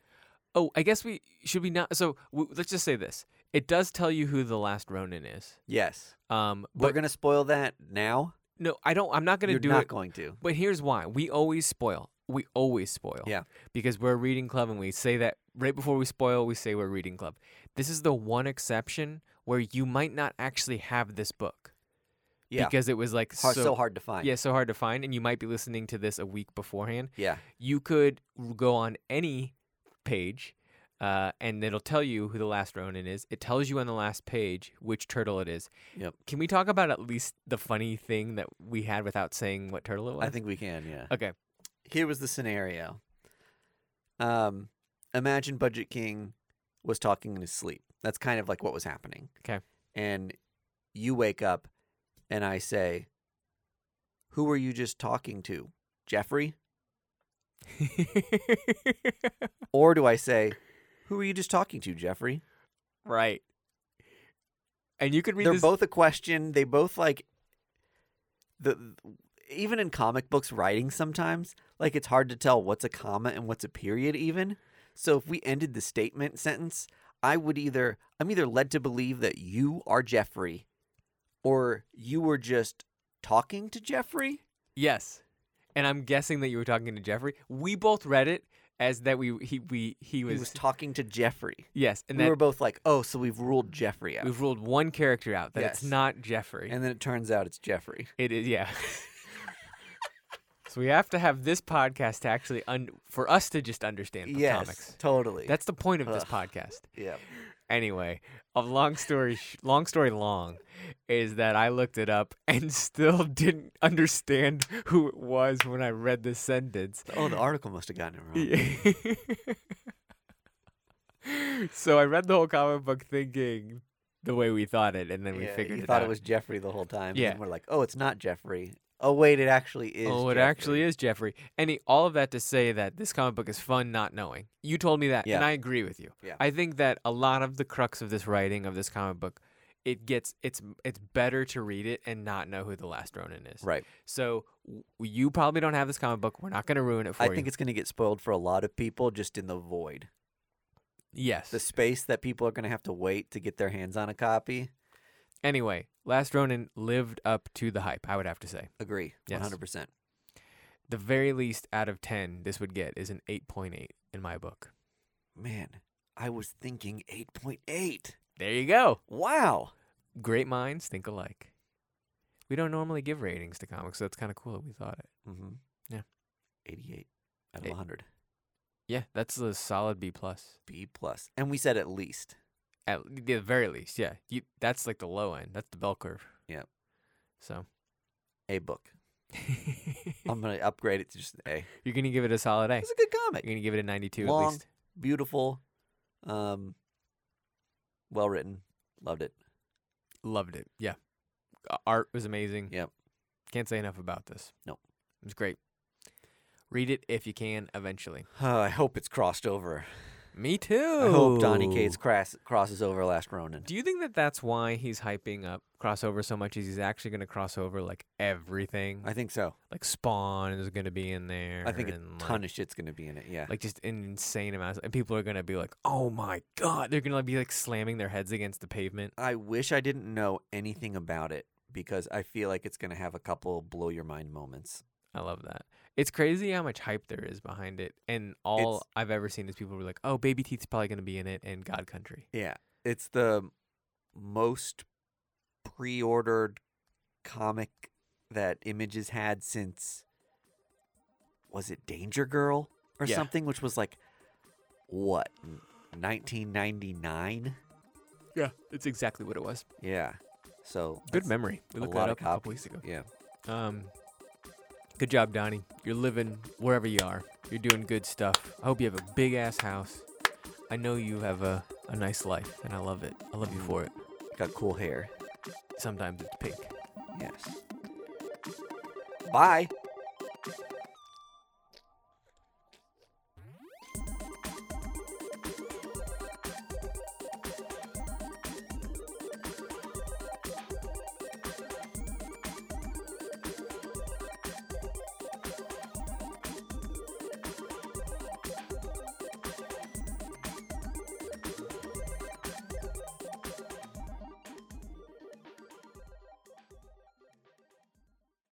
[SPEAKER 2] Oh, I guess we should we not. So w- let's just say this: it does tell you who the last Ronin is.
[SPEAKER 1] Yes,
[SPEAKER 2] Um,
[SPEAKER 1] we're
[SPEAKER 2] but
[SPEAKER 1] going to spoil that now.
[SPEAKER 2] no, I don't. I'm not gonna
[SPEAKER 1] You're
[SPEAKER 2] do
[SPEAKER 1] not
[SPEAKER 2] it.
[SPEAKER 1] going to.
[SPEAKER 2] but here's why: we always spoil. We always spoil.
[SPEAKER 1] Yeah.
[SPEAKER 2] Because we're a reading club, and we say that right before we spoil, we say we're a reading club. This is the one exception where you might not actually have this book.
[SPEAKER 1] Yeah.
[SPEAKER 2] Because it was like
[SPEAKER 1] Hard, so,
[SPEAKER 2] so,
[SPEAKER 1] hard to find.
[SPEAKER 2] Yeah, so hard to find, and you might be listening to this a week beforehand.
[SPEAKER 1] Yeah.
[SPEAKER 2] you could r- go on any page uh, and it'll tell you who the last Ronin is. It tells you on the last page which turtle it is.
[SPEAKER 1] Yep.
[SPEAKER 2] Can we talk about at least the funny thing that we had without saying what turtle it was?
[SPEAKER 1] I think we can. Yeah.
[SPEAKER 2] Okay.
[SPEAKER 1] here was the scenario. Um, imagine Budget King was talking in his sleep. That's kind of like what was happening.
[SPEAKER 2] Okay.
[SPEAKER 1] And you wake up and I say, Who were you just talking to? Jeffrey? Or do I say, Who were you just talking to, Jeffrey?
[SPEAKER 2] right. And you could read
[SPEAKER 1] They're
[SPEAKER 2] this.
[SPEAKER 1] both a question. They both like the even in comic books writing sometimes, like it's hard to tell what's a comma and what's a period even. So if we ended the statement sentence, I would either I'm either led to believe that you are Jeffrey or you were just talking to Jeffrey.
[SPEAKER 2] yes. And I'm guessing that you were talking to Jeffrey. We both read it as that we he we he was,
[SPEAKER 1] he was talking to Jeffrey.
[SPEAKER 2] yes, and
[SPEAKER 1] we
[SPEAKER 2] that
[SPEAKER 1] were both like, "Oh, so we've ruled Jeffrey out."
[SPEAKER 2] we've ruled one character out that it's
[SPEAKER 1] Yes.
[SPEAKER 2] not Jeffrey.
[SPEAKER 1] And then it turns out it's Jeffrey.
[SPEAKER 2] It is, yeah. so we have to have this podcast to actually un- for us to just understand
[SPEAKER 1] yes,
[SPEAKER 2] comics.
[SPEAKER 1] totally.
[SPEAKER 2] That's the point of this
[SPEAKER 1] Ugh.
[SPEAKER 2] podcast.
[SPEAKER 1] yeah.
[SPEAKER 2] Anyway, a long story, sh- long story long, is that I looked it up and still didn't understand who it was when I read this sentence.
[SPEAKER 1] Oh, the article must have gotten it wrong.
[SPEAKER 2] so I read the whole comic book thinking the way we thought it, and then we
[SPEAKER 1] Yeah,
[SPEAKER 2] figured
[SPEAKER 1] you
[SPEAKER 2] it
[SPEAKER 1] thought
[SPEAKER 2] out.
[SPEAKER 1] it was Jeffrey the whole time.
[SPEAKER 2] Yeah.
[SPEAKER 1] And we're like, oh, it's not Jeffrey. Oh, wait, it actually is.
[SPEAKER 2] oh, it actually is Jeffrey. Any all of that to say that this comic book is fun not knowing. You told me that, and
[SPEAKER 1] Yeah.
[SPEAKER 2] I agree with you.
[SPEAKER 1] Yeah.
[SPEAKER 2] I think that a lot of the crux of this writing of this comic book, it gets it's it's better to read it and not know who the last Ronin is.
[SPEAKER 1] Right.
[SPEAKER 2] So w- you probably don't have this comic book. We're not going to ruin it for
[SPEAKER 1] I
[SPEAKER 2] you.
[SPEAKER 1] think it's going to get spoiled for a lot of people just in the void.
[SPEAKER 2] yes.
[SPEAKER 1] The space that people are going to have to wait to get their hands on a copy.
[SPEAKER 2] Anyway, Last Ronin lived up to the hype. I would have to say,
[SPEAKER 1] Agree.
[SPEAKER 2] Yes.
[SPEAKER 1] 100%.
[SPEAKER 2] the very least out of ten, this would get is an eight point eight in my book.
[SPEAKER 1] Man, I was thinking 8.8.
[SPEAKER 2] There you go.
[SPEAKER 1] Wow.
[SPEAKER 2] great minds think alike. We don't normally give ratings to comics, so it's kind of cool that we thought it.
[SPEAKER 1] Mm-hmm.
[SPEAKER 2] Yeah.
[SPEAKER 1] 88 out of
[SPEAKER 2] Eight.
[SPEAKER 1] 100.
[SPEAKER 2] Yeah, that's a solid B plus
[SPEAKER 1] B plus. And we said at least.
[SPEAKER 2] at l- the very least. Yeah, you, that's like the low end. That's the bell curve.
[SPEAKER 1] Yep.
[SPEAKER 2] So
[SPEAKER 1] A book. I'm going to upgrade it to just an A.
[SPEAKER 2] you're gonna give it a solid A.
[SPEAKER 1] It's a good
[SPEAKER 2] You're
[SPEAKER 1] comic.
[SPEAKER 2] gonna give it a 92 at
[SPEAKER 1] Long.
[SPEAKER 2] least.
[SPEAKER 1] Beautiful. Um, well written. Loved it.
[SPEAKER 2] Loved it. Yeah. A- Art was amazing.
[SPEAKER 1] Yep.
[SPEAKER 2] Can't say enough about this.
[SPEAKER 1] Nope.
[SPEAKER 2] It was great. Read it if you can eventually.
[SPEAKER 1] Uh, I hope it's crossed over.
[SPEAKER 2] Me too.
[SPEAKER 1] I hope Donny Cates crass- crosses over Last Ronin.
[SPEAKER 2] Do you think that that's why he's hyping up crossover so much? Is he's actually going to cross over like everything?
[SPEAKER 1] I think so.
[SPEAKER 2] like Spawn is going to be in there.
[SPEAKER 1] I think a
[SPEAKER 2] and,
[SPEAKER 1] ton
[SPEAKER 2] like,
[SPEAKER 1] of shit's gonna be in it. Yeah.
[SPEAKER 2] like just an insane amount, of, and people are going to be like, "Oh my god!" They're going to be like slamming their heads against the pavement.
[SPEAKER 1] I wish I didn't know anything about it because I feel like it's gonna have a couple blow your mind moments.
[SPEAKER 2] I love that. It's crazy how much hype there is behind it, and all
[SPEAKER 1] It's-
[SPEAKER 2] I've ever seen is people were like, "Oh, Baby Teeth's probably going to be in it," and God Country.
[SPEAKER 1] Yeah. It's the most pre-ordered comic that Images had since was it Danger Girl or
[SPEAKER 2] Yeah.
[SPEAKER 1] something, which was like what 1999.
[SPEAKER 2] Yeah, it's exactly what it was.
[SPEAKER 1] Yeah. So
[SPEAKER 2] Good
[SPEAKER 1] that's
[SPEAKER 2] memory. We
[SPEAKER 1] a
[SPEAKER 2] looked
[SPEAKER 1] lot of
[SPEAKER 2] that up a couple
[SPEAKER 1] copies.
[SPEAKER 2] weeks ago.
[SPEAKER 1] Yeah.
[SPEAKER 2] Um, good job, Donnie. You're living wherever you are. You're doing good stuff. I hope you have a big ass house. I know you have a, a nice life, and I love it. I love you for it.
[SPEAKER 1] Got cool hair.
[SPEAKER 2] Sometimes it's pink.
[SPEAKER 1] Yes. Bye.